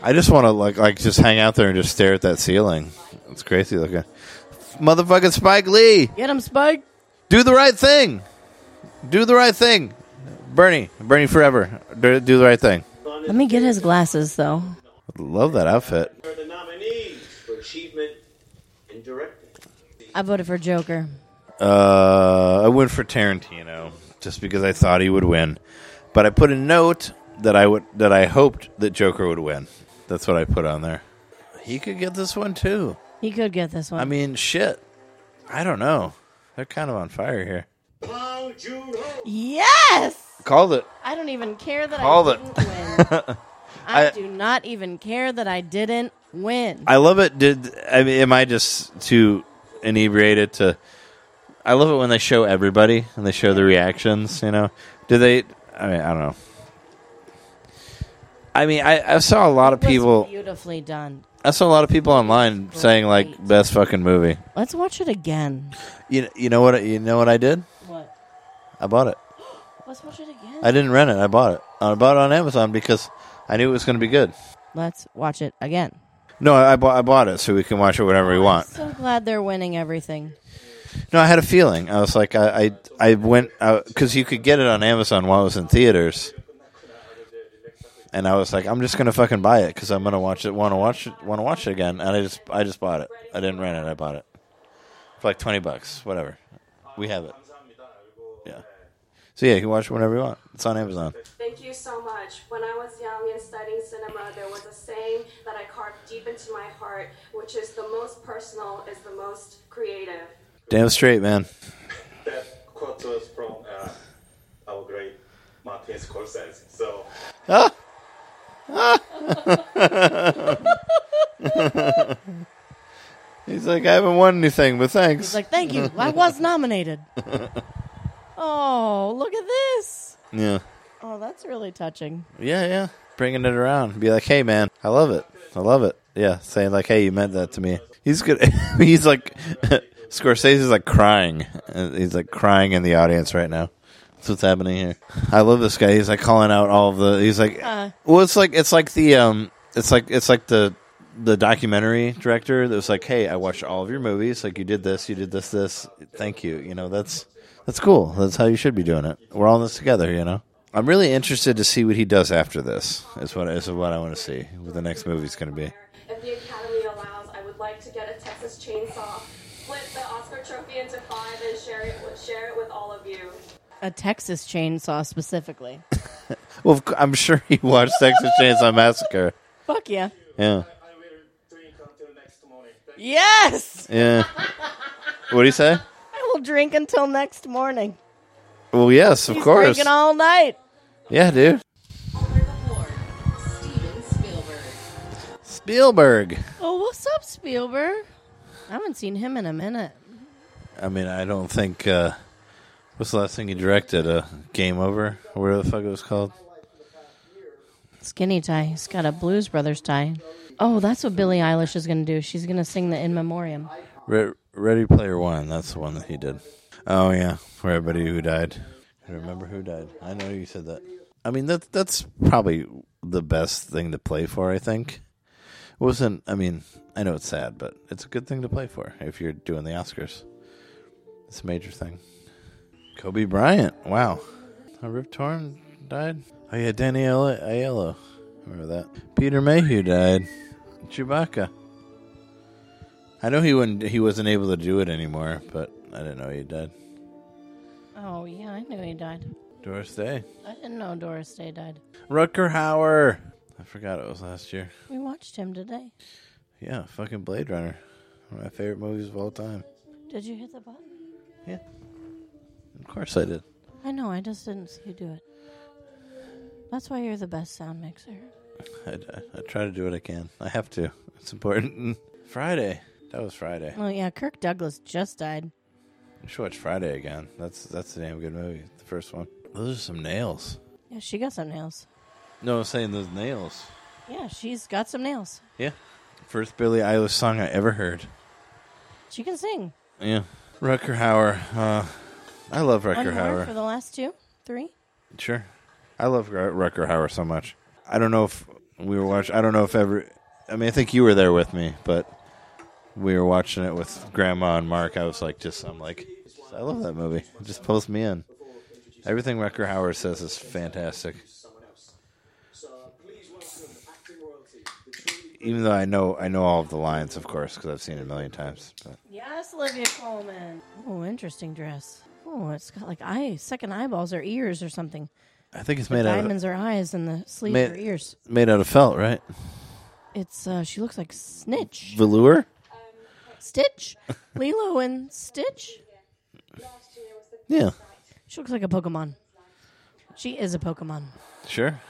S1: I just want to like like just hang out there and just stare at that ceiling. It's crazy looking. Motherfucking Spike Lee,
S2: Get him, Spike.
S1: do the right thing. Do the right thing, Bernie. Bernie forever. Do do the right thing.
S2: Let me get his glasses though.
S1: Love that outfit.
S11: Are the nominees for achievement in directing.
S2: I voted for Joker.
S1: Uh, I went for Tarantino just because I thought he would win, but I put a note that I would that I hoped that Joker would win. That's what I put on there. He could get this one too.
S2: He could get this one.
S1: I mean, shit. I don't know. They're kind of on fire here.
S2: yes.
S1: Called it.
S2: I don't even care that
S1: Called
S2: I
S1: it.
S2: didn't win.
S1: *laughs*
S2: I,
S1: I-
S2: do not even care that I didn't win.
S1: I love it. Did I mean? Am I just too inebriated to? I love it when they show everybody and they show the reactions. You know, do they? I mean, I don't know. I mean, I, I saw a lot of
S2: It was
S1: people.
S2: beautifully done.
S1: I saw a lot of people online saying like best fucking movie.
S2: Let's watch it again.
S1: You you know what you know what I did?
S2: What?
S1: I bought it.
S2: Let's watch it again.
S1: I didn't rent it. I bought it. I bought it on Amazon because I knew it was going to be good.
S2: Let's watch it again.
S1: No, I, I bought I bought it so we can watch it whenever we want.
S2: So glad they're winning everything.
S1: No, I had a feeling. I was like, I, I, I went because you could get it on Amazon while it was in theaters, and I was like, I'm just gonna fucking buy it because I'm gonna watch it, want to watch it, want to watch it again, and I just, I just bought it. I didn't rent it. I bought it for like twenty bucks, whatever. We have it. Yeah. So yeah, you can watch it whenever you want. It's on Amazon.
S12: Thank you so much. When I was young and studying cinema, there was a saying that I carved deep into my heart, which is the most personal is the most creative.
S1: Damn straight, man.
S9: That quote was from uh, our great Martin Scorsese. So
S1: Ah.
S2: Ah.
S1: He's like, I haven't won anything, but thanks.
S2: He's like, thank you.
S1: *laughs*
S2: I was nominated. Oh, look at this.
S1: yeah.
S2: Oh, that's really touching.
S1: Yeah, yeah. Bringing it around. Be like, hey, man, I love it. I love it. Yeah, saying like, hey, you meant that to me. He's good. *laughs* he's like, Scorsese's like crying. Uh, He's like crying in the audience right now. That's what's happening here. I love this guy. He's like calling out all of the. He's like,
S2: Uh.
S1: well, it's like it's like the um, it's like it's like the the documentary director that was like, hey, I watched all of your movies. Like you did this, you did this, this. Thank you. You know, that's that's cool. That's how you should be doing it. We're all in this together. You know. I'm really interested to see what he does after this. Is what is what I want to see. What the next movie's going to be.
S12: If the Academy allows, I would like to get a Texas chainsaw, split the Oscar trophy into five, and share it with, share it with all of you.
S2: A Texas chainsaw specifically.
S1: Well, of cou- I'm sure he *laughs* watched Texas Chainsaw Massacre.
S2: Fuck yeah.
S1: Yeah,
S2: Yes.
S1: yeah. What do you say?
S2: I will drink until next morning.
S1: Well, yes, of
S2: He's
S1: course.
S2: Drinking all night.
S1: Yeah, dude. Spielberg.
S2: Oh, what's up, Spielberg? I haven't seen him in a minute.
S1: I mean, I don't think. Uh, what's the last thing he directed? Uh, Game Over, or whatever the fuck it was called.
S2: Skinny tie. He's got a Blues Brothers tie. Oh, that's what Billie Eilish is going to do. She's going to sing the In Memoriam.
S1: Re- Ready Player One. That's the one that he did. Oh yeah, for everybody who died. I remember who died. I know you said that. I mean, that that's probably the best thing to play for. I think. It wasn't. I mean, I know it's sad, but it's a good thing to play for if you're doing the Oscars. It's a major thing. Kobe Bryant. Wow. Uh, Rip Torn died. Oh yeah, Danny Aiello- Aiello. Remember that? Peter Mayhew died. Chewbacca. I know he wouldn't. He wasn't able to do it anymore, but I didn't know he died.
S2: Oh, yeah, I knew he died.
S1: Doris Day.
S2: I didn't know Doris Day died.
S1: Rutger Hauer. I forgot it was last year.
S2: We watched him today.
S1: Yeah, fucking Blade Runner. One of my favorite movies of all time.
S2: Did you hit the button?
S1: Yeah. Of course I did.
S2: I know, I just didn't see you do it. That's why you're the best sound mixer.
S1: I, I, I try to do what I can. I have to. It's important. *laughs* Friday. That was Friday.
S2: Oh, yeah, Kirk Douglas just died.
S1: We should watch Friday again. That's that's a damn good movie. The first one. Those are some nails.
S2: Yeah, she got some nails.
S1: No, I'm saying those nails.
S2: Yeah, she's got some nails.
S1: Yeah. First Billie Eilish song I ever heard.
S2: She can sing.
S1: Yeah. Rucker Hauer. Uh, I love Rucker
S2: One more
S1: Hauer.
S2: for the last two, three.
S1: Sure. I love Ru- Rucker Hauer so much. I don't know if we were watching. I don't know if ever. I mean, I think you were there with me, but we were watching it with Grandma and Mark. I was like, just I'm like, I love that movie. It just pulls me in. Everything Rucker Hauer says is fantastic. Even though I know I know all of the lines, of course, because I've seen it a million times. But
S2: Yes, Olivia Coleman. Oh, interesting dress. Oh, it's got like eye, second eyeballs or ears or something.
S1: I think it's
S2: The
S1: made out of
S2: diamonds are eyes and the sleeves
S1: made-
S2: are ears.
S1: made out of felt, right?
S2: It's uh, she looks like Snitch,
S1: Velour? *laughs*
S2: Stitch, Lilo and Stitch.
S1: Yeah.
S2: She looks like a Pokemon. She is a Pokemon.
S1: Sure.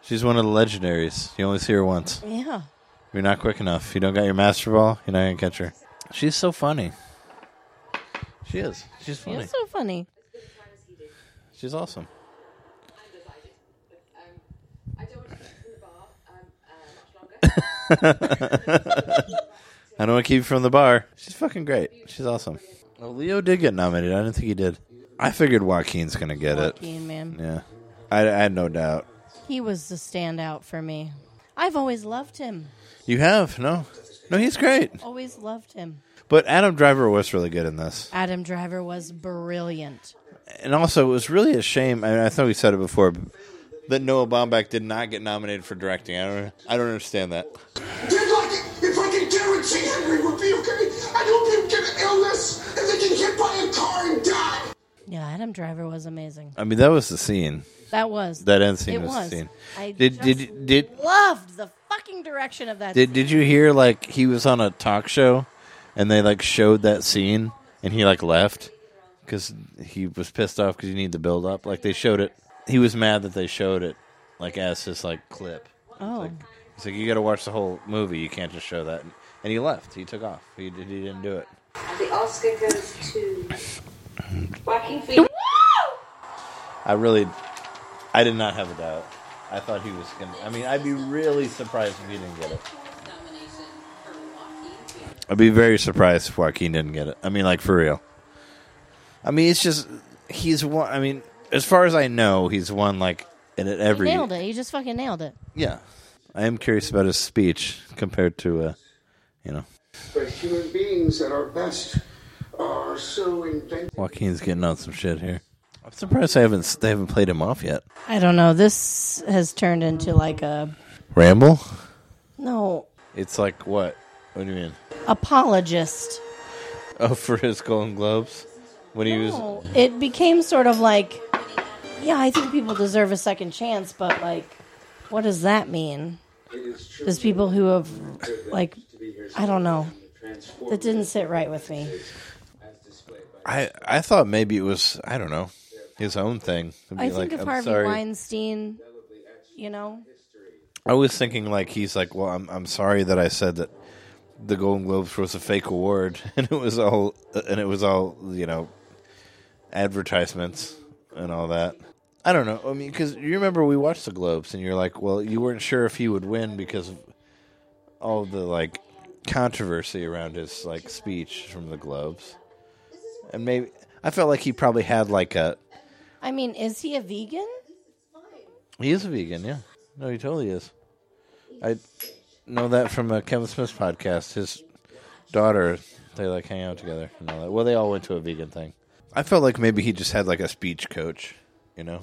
S1: She's one of the legendaries. You only see her once.
S2: Yeah.
S1: You're not quick enough. You don't got your master ball. You're not gonna catch her. She's so funny. She is. She's
S2: She
S1: funny.
S2: is so funny.
S1: She's awesome. *laughs* I don't want to keep you from the bar. She's fucking great. She's awesome. Oh, Leo did get nominated. I didn't think he did. I figured Joaquin's gonna get
S2: Joaquin,
S1: it.
S2: man.
S1: Yeah, I, I had no doubt.
S2: He was the standout for me. I've always loved him.
S1: You have no, no. He's great.
S2: Always loved him.
S1: But Adam Driver was really good in this.
S2: Adam Driver was brilliant.
S1: and also it was really a shame. I, I thought we said it before but- that Noah Baumbach did not get nominated for directing. I don't, I don't understand that.
S5: They're like, if I could guarantee Henry would be okay, I don't let him get an illness and then get hit by a car and die.
S2: Yeah, Adam Driver was amazing.
S1: I mean, that was the scene.
S2: That was
S1: That end scene
S2: It
S1: was,
S2: was.
S1: the scene.
S2: I
S1: did
S2: just
S1: did did
S2: Loved the fucking direction of that.
S1: did did you hear like he was on a talk show and they like showed that scene and he like left because he was pissed off because you need the build up. Like they showed it. He was mad that they showed it like as his like clip.
S2: Oh,
S1: He's like, you got to watch the whole movie. You can't just show that. And he left. He took off. He, did- he didn't do it.
S6: The Oscar goes to Joaquin Phoenix.
S1: I really, I did not have a doubt. I thought he was gonna. I mean, I'd be really surprised if he didn't get it. I'd be very surprised if Joaquin didn't get it. I mean, like for real. I mean, it's just he's one. I mean, as far as I know, he's won like in it every.
S2: nailed it. He just fucking nailed it.
S1: Yeah, I am curious about his speech compared to, uh, you know,
S15: But human beings at our best are so inventive.
S1: Joaquin's getting on some shit here. I'm surprised they haven't they haven't played him off yet.
S2: I don't know. This has turned into like a
S1: Ramble.
S2: no
S1: It's like what? What do you mean? *laughs*
S2: apologist.
S1: Oh, for his Golden Globes when he
S2: No,
S1: was.
S2: it became sort of like, yeah, I think people deserve a second chance, but like, what does that mean? There's people who have, like, I don't know. That didn't sit right with me.
S1: I I thought maybe it was I don't know his own thing. It'd be
S2: I think
S1: like,
S2: of
S1: I'm
S2: Harvey
S1: sorry.
S2: Weinstein, you know?
S1: I was thinking like he's like, well, I'm I'm sorry that I said that the Golden Globes was a fake award, *laughs* and it was all and it was all you know advertisements and all that. I don't know. I mean, because you remember we watched the Globes, and you're like, well, you weren't sure if he would win because of all the like controversy around his like speech from the Globes, and maybe I felt like he probably had like a
S2: I mean, is he a vegan?
S1: He is a vegan, yeah. No, he totally is. I know that from a Kevin Smith podcast. His daughter, they like hang out together and all that. Well, they all went to a vegan thing. I felt like maybe he just had like a speech coach, you know,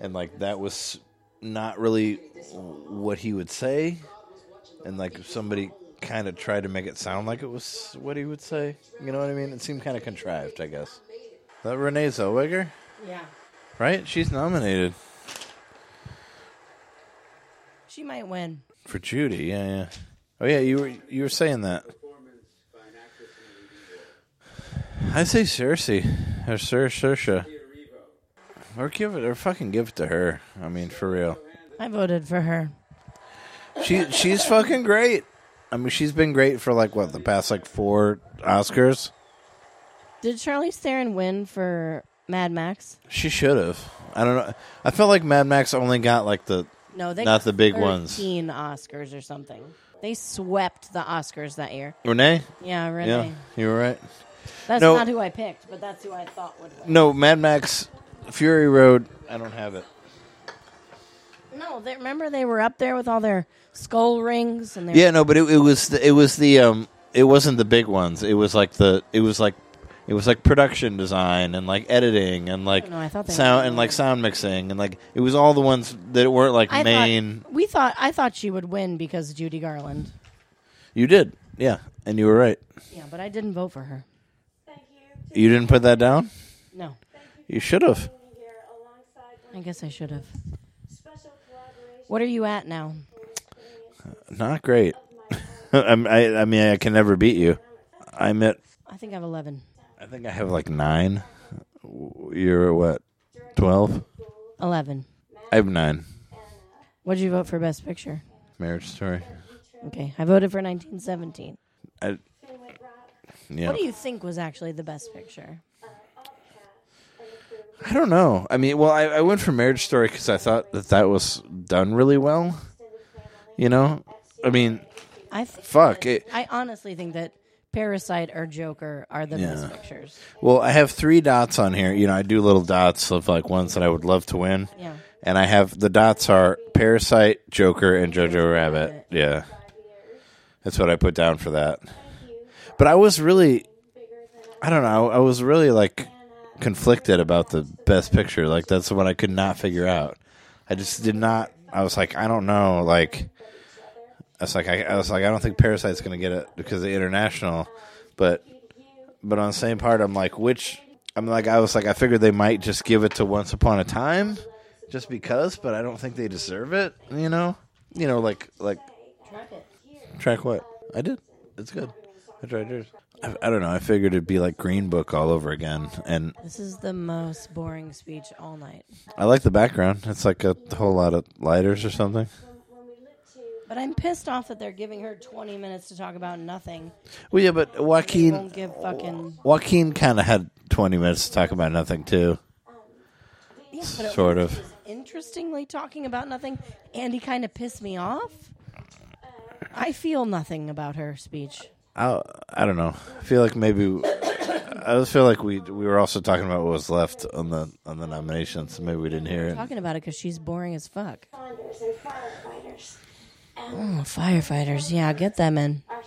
S1: and like that was not really what he would say, and like somebody kind of tried to make it sound like it was what he would say. You know what I mean? It seemed kind of contrived, I guess. Is that Renee Zellweger?
S2: Yeah.
S1: Right? She's nominated.
S2: She might win.
S1: For Judy, yeah, yeah. Oh yeah, you were you were saying that. I say Cersei or Sir Saoirse. Or give it or fucking give it to her. I mean, for real.
S2: I voted for her.
S1: She she's fucking great. I mean, she's been great for like what the past like four Oscars.
S2: Did Charlie Theron win for Mad Max?
S1: She should have. I don't know. I felt like Mad Max only got like the
S2: No, they
S1: not
S2: got
S1: the big ones.
S2: 13 Oscars or something. They swept the Oscars that year.
S1: Renee.
S2: Yeah,
S1: Yeah,
S2: Renee.
S1: you were right.
S2: That's
S1: No.
S2: not who I picked, but that's who I thought would win.
S1: No, Mad Max, Fury Road. I don't have it.
S2: No, they, remember they were up there with all their skull rings and their
S1: Yeah, no, but it, it was the, it was the um it wasn't the big ones. It was like the it was like it was like production design and like editing and like
S2: know, Oh, I thought they
S1: sound and like sound mixing and like it was all the ones that weren't like
S2: I
S1: main.
S2: thought we thought I thought she would win because Judy Garland.
S1: You did, yeah, and you were right.
S2: Yeah, but I didn't vote for her.
S1: You didn't put that down.
S2: No,
S1: You should have.
S2: I guess I should have. What are you at now?
S1: Not great. *laughs* I'm, I, I mean, I can never beat you. I'm at,
S2: I think I have 11.
S1: I think I have like nine. You're at what? 12?
S2: 11.
S1: I have nine.
S2: What did you vote for Best Picture?
S1: Marriage story.
S2: Okay, I voted for 1917.
S1: I, yeah.
S2: What do you think was actually the Best Picture?
S1: I don't know. I mean, well, I, I went for Marriage Story because I thought that that was done really well. You know, I mean,
S2: I think
S1: fuck
S2: that-
S1: it.
S2: I honestly think that Parasite or Joker are the
S1: Yeah.
S2: Best Pictures.
S1: Well, I have three dots on here. You know, I do little dots of like ones that I would love to win.
S2: Yeah.
S1: And I have the dots are Parasite, Joker, and Jojo Rabbit. Yeah. That's what I put down for that. But I was really, I don't know, I was really like conflicted about the best picture. Like, that's the one I could not figure out. I just did not, I was like, I don't know. Like, I was like, I, I was like, I don't think Parasite's going to get it because of the international. But but on the same part, I'm like, which I'm like, I was like, I figured they might just give it to Once Upon a Time, just because, but I don't think they deserve it. You know, you know, like like track what I did. It's good. I tried yours. I, I don't know. I figured it'd be like Green Book all over again, and
S2: This is the most boring speech all night.
S1: I like the background. It's like a whole lot of lighters or something.
S2: But I'm pissed off that they're giving her 20 minutes to talk about nothing.
S1: Well, yeah, but
S2: They
S1: Joaquin
S2: won't give fucking.
S1: Joaquin kind of had 20 minutes to talk about nothing too.
S2: Yeah, but at
S1: Sort
S2: least
S1: of.
S2: he was Interestingly, talking about nothing, and he kind of pissed me off. I feel nothing about her speech.
S1: I I don't know. I feel like maybe I just feel like we we were also talking about what was left on the on the nominations. So maybe we didn't hear it.
S2: Talking about it because she's boring as fuck.
S3: Responders and firefighters.
S2: Oh, firefighters. Yeah, get them in.
S3: Our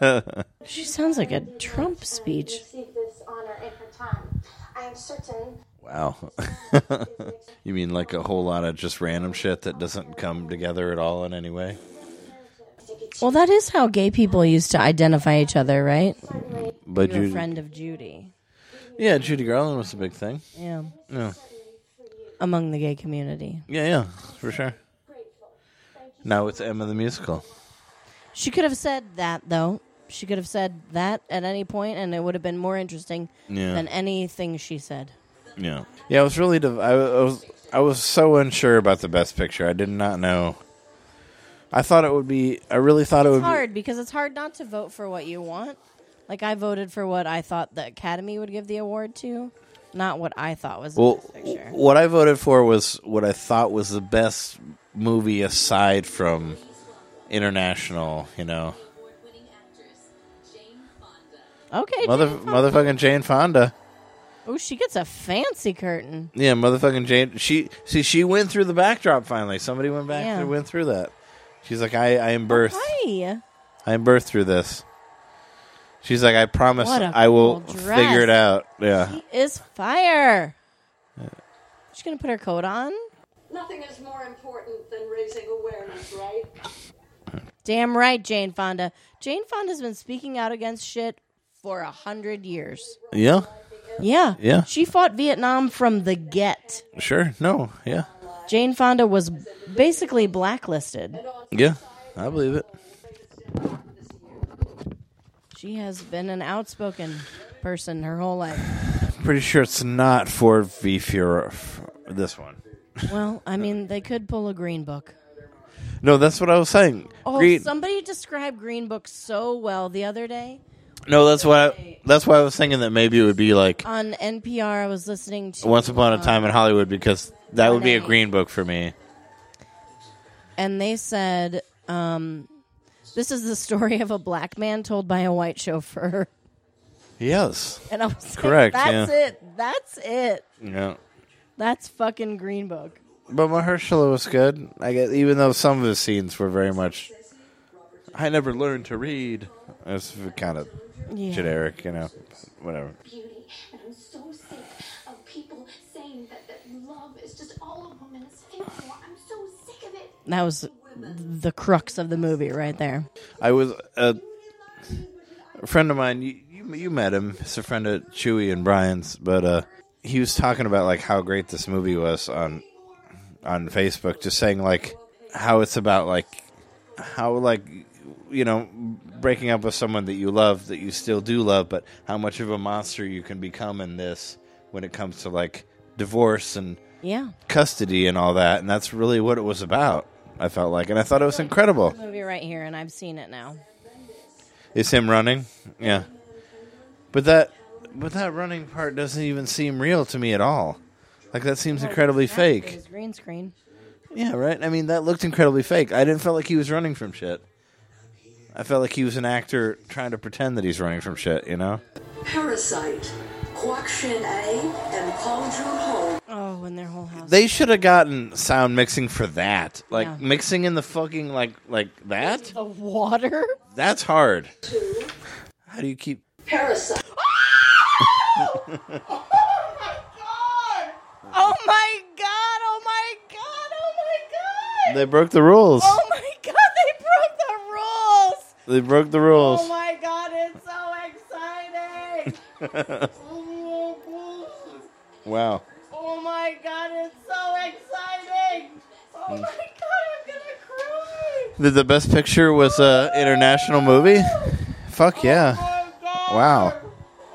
S3: heroes
S2: She sounds like a Trump speech.
S3: received this honor in her time. I am certain
S1: *laughs* wow. *laughs* you mean like a whole lot of just random shit that doesn't come together at all in any way?
S2: Well, that is how gay people used to identify each other, right?
S1: But
S2: You're a
S1: you-
S2: friend of Judy.
S1: Yeah, Judy Garland was a big thing.
S2: Yeah.
S1: Yeah.
S2: Among the gay community.
S1: Yeah, yeah, for sure. Now it's Emma the musical.
S2: She could have said that though. She could have said that at any point, and it would have been more interesting
S1: Yeah.
S2: than anything she said.
S1: Yeah. Yeah, I was really div- I wa- I was I was so unsure about the best picture. I did not know. I thought it would be I really thought it would
S2: It's
S1: be
S2: hard because it's hard not to vote for what you want. Like I voted for what I thought the Academy would give the award to, not what I thought was the
S1: Well,
S2: best picture.
S1: what I voted for was what I thought was the best movie aside from international. You know,
S2: Okay,
S1: mother
S2: Jane Fonda.
S1: motherfucking Jane Fonda.
S2: Oh, she gets a fancy curtain.
S1: Yeah, motherfucking Jane. She see she went through the backdrop finally. Somebody went back
S2: Yeah.
S1: and went through that. She's like, I I am birthed.
S2: Hi.
S1: I am birthed through this. She's like, I promise
S2: What a
S1: I will
S2: cool dress.
S1: figure it out. Yeah.
S2: She is fire. She's gonna put her coat on.
S16: Nothing is more important than raising awareness, right?
S2: Damn right, Jane Fonda. Jane Fonda's been speaking out against shit for a hundred years.
S1: Yeah.
S2: Yeah.
S1: Yeah.
S2: She fought Vietnam from the get.
S1: Sure. No. Yeah.
S2: Jane Fonda was basically blacklisted.
S1: Yeah. I believe it.
S2: She has been an outspoken person her whole life.
S1: Pretty sure it's not Ford v Fuhrer. This one.
S2: Well, I mean, they could pull a green book.
S1: No, that's what I was saying.
S2: Oh,
S1: Green-
S2: somebody described Green Book so well the other day
S1: no, that's why. That's why I was thinking that maybe it would be like
S2: on NPR. I was listening to
S1: Once Upon a Time in
S2: Uh-huh.
S1: Hollywood because that would be a
S2: Renee.
S1: Green Book for me.
S2: and they said, um, "This is the story of a black man told by a white chauffeur." *laughs*
S1: Yes.
S2: And I was
S1: correct.
S2: Like, That's
S1: yeah.
S2: it. That's it.
S1: Yeah.
S2: That's fucking Green Book.
S1: But Mahershala was good. I guess even though some of his scenes were very much, I never learned to read. It's kind of
S2: Yeah.
S1: generic, you know. Whatever.
S3: beauty, and I'm so sick of people saying that, that love is just all a woman is fit for. I'm so sick of it.
S2: That was the crux of the movie right there.
S1: I was a, a friend of mine. You, you you met him. He's a friend of Chewy and Brian's, but uh, he was talking about like how great this movie was on on Facebook, just saying like how it's about like how like you know breaking up with someone that you love that you still do love, but how much of a monster you can become in this when it comes to like divorce and
S2: Yeah.
S1: custody and all that, and that's really what it was about. I felt like, and I thought it was incredible.
S2: movie right here, and I've seen it now.
S1: It's him running. Yeah. But that but that running part doesn't even seem real to me at all. Like that seems incredibly
S2: Yeah, It
S1: fake.
S2: was green screen.
S1: Yeah, right? I mean that looked incredibly fake. I didn't feel like he was running from shit. I felt like he was an actor trying to pretend that he's running from shit, you know?
S17: Parasite, Kwok Shin A, and Paul Jun Ho.
S2: Oh, and their whole house.
S1: They should have gotten sound mixing for that. Like
S2: Yeah.
S1: mixing in the fucking like like that?
S2: The water.
S1: That's hard. How do you keep
S17: Parasite.
S2: Oh my god! Oh my god! Oh my god!
S1: They broke the rules.
S2: Oh my god! They broke the rules.
S1: They broke the rules.
S2: Oh my god! It's so exciting.
S1: *laughs* wow.
S2: oh my god! It's so exciting. Oh my god! I'm gonna cry.
S1: The, the best picture was a international movie. Fuck yeah! Wow.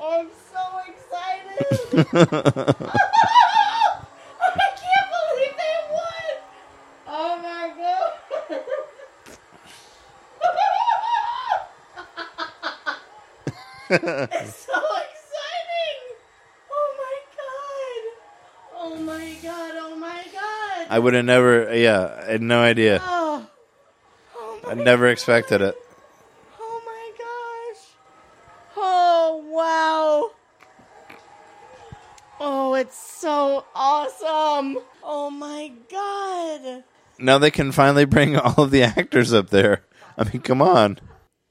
S2: I'm so excited. I can't believe they won. Oh my god. it's so exciting. Oh my god. Oh my god. Oh my god.
S1: *laughs* I would have never. Yeah, I had no idea.
S2: Oh,
S1: I never expected it.
S2: oh my gosh. Oh wow. Oh, it's so awesome. Oh my god.
S1: Now they can finally bring *laughs* all of the actors up there. I mean, come on,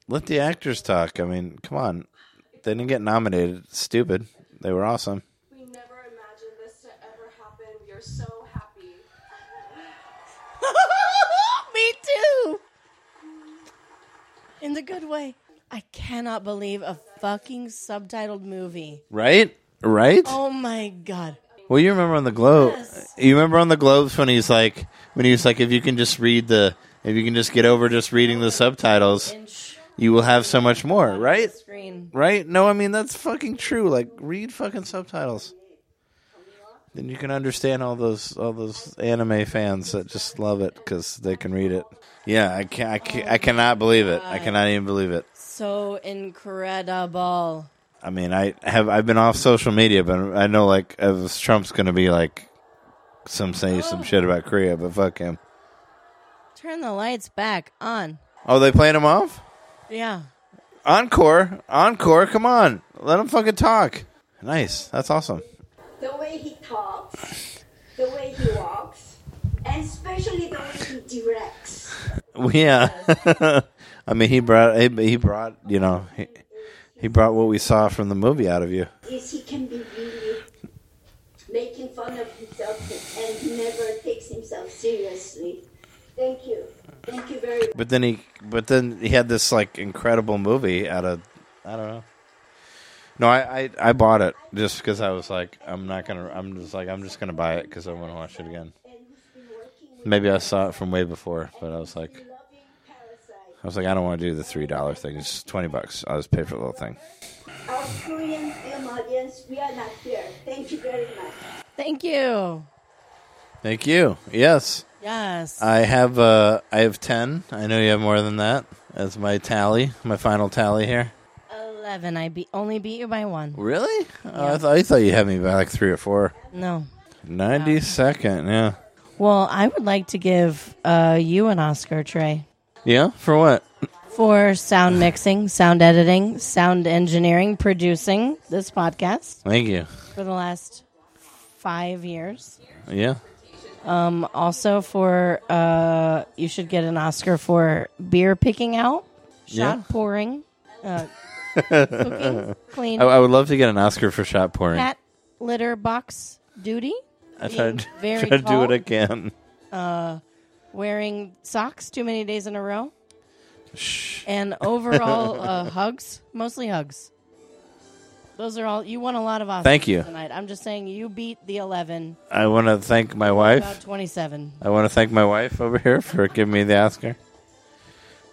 S1: let the actors talk. I mean, come on. They didn't get nominated. It's stupid. They were awesome.
S12: We never imagined this to ever happen. We are so happy.
S2: *laughs* Me too. In the good way. I cannot believe a fucking subtitled movie.
S1: Right? Right?
S2: Oh my god.
S1: Well, you remember on the Globe. You remember on the Globes when he's like, when he was like, if you can just read the, if you can just get over just reading the subtitles, you will have so much more, right?
S2: Screen.
S1: Right? No, I mean, that's fucking true. Like, read fucking subtitles. Then you can understand all those all those anime fans that just love it because they can read it. Yeah, I can I, can, I cannot believe it. I cannot even believe it.
S2: So incredible.
S1: I mean, I have I've been off social media, but I know like as Trump's going to be like some say some shit about Korea, but fuck him.
S2: Turn the lights back on.
S1: Oh, they playing him off?
S2: Yeah.
S1: Encore, encore! Come on, let him fucking talk. Nice, that's awesome.
S3: The way he talks, the way he walks, and especially the way he directs.
S1: Yeah, *laughs* I mean, he brought he, he brought you know he, he brought what we saw from the movie out of you.
S3: Is he can be really making fun of himself and never takes himself seriously. Thank you. Thank you very much.
S1: But then he, but then he had this like incredible movie out of, I don't know. No, I I, I bought it just because I was like, I'm not gonna, I'm just like, I'm just gonna buy it because I want to watch it again. Maybe I saw it from way before, but I was like, I was like, I don't want to do the three dollar thing. It's twenty bucks. I'll just pay for the little thing.
S3: Our Korean film audience, we are not here. Thank you very much.
S2: Thank you.
S1: Thank you. Yes.
S2: Yes.
S1: I have uh I have ten. I know you have more than that. That's my tally, my final tally here.
S2: 11. I be- only beat you by one.
S1: Really? Oh, I, th- I thought you had me by like three or four.
S2: No.
S1: Ninety second, yeah.
S2: Well, I would like to give uh, you an Oscar, Trey,
S1: Yeah? For what?
S2: for sound mixing, sound editing, sound engineering, producing this podcast
S1: Thank you.
S2: for the last five years.
S1: Yeah.
S2: Um, also, for uh, you should get an Oscar for beer picking out, shot
S1: Yeah.
S2: pouring,
S1: *laughs*
S2: uh,
S1: I,
S2: clean.
S1: I would love to get an Oscar for shot pouring.
S2: cat litter box duty.
S1: I
S2: being
S1: tried,
S2: very
S1: tried to *laughs* do
S2: tall.
S1: it again.
S2: uh, wearing socks too many days in a row, and overall
S1: *laughs*
S2: uh, hugs, mostly hugs. Those are all. You won a lot of Oscars
S1: Thank you.
S2: tonight. I'm just saying you beat the 11,
S1: I want to thank my wife.
S2: about 27.
S1: I want to thank my wife over here for giving me the Oscar.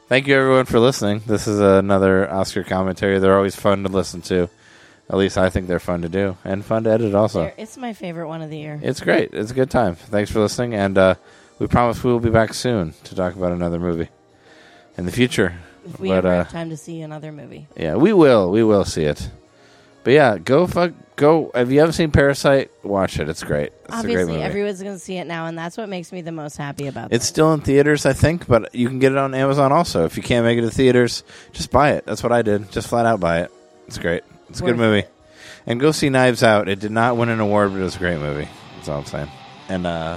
S1: Thank you, everyone, for listening. This is another Oscar commentary. They're always fun to listen to. At least I think they're fun to do and fun to edit, also.
S2: There- It's my favorite one of the year.
S1: It's great. It's a good time. Thanks for listening, and uh, we promise we will be back soon to talk about another movie in the future.
S2: If we
S1: but
S2: ever
S1: uh,
S2: have time to see another movie.
S1: yeah, we will. We will see it. But yeah, go fuck. Go. If you haven't seen Parasite, watch it. It's great. It's a great
S2: Obviously,
S1: movie.
S2: everyone's going to see it now, and that's what makes me the most happy about
S1: It's still in theaters, I think, but you can get it on Amazon also. If you can't make it to theaters, just buy it. That's what I did. Just flat out buy it. It's great. It's a good
S2: Worth
S1: movie. And go see Knives Out. It did not win an award, but it was a great movie. That's all I'm saying. And uh,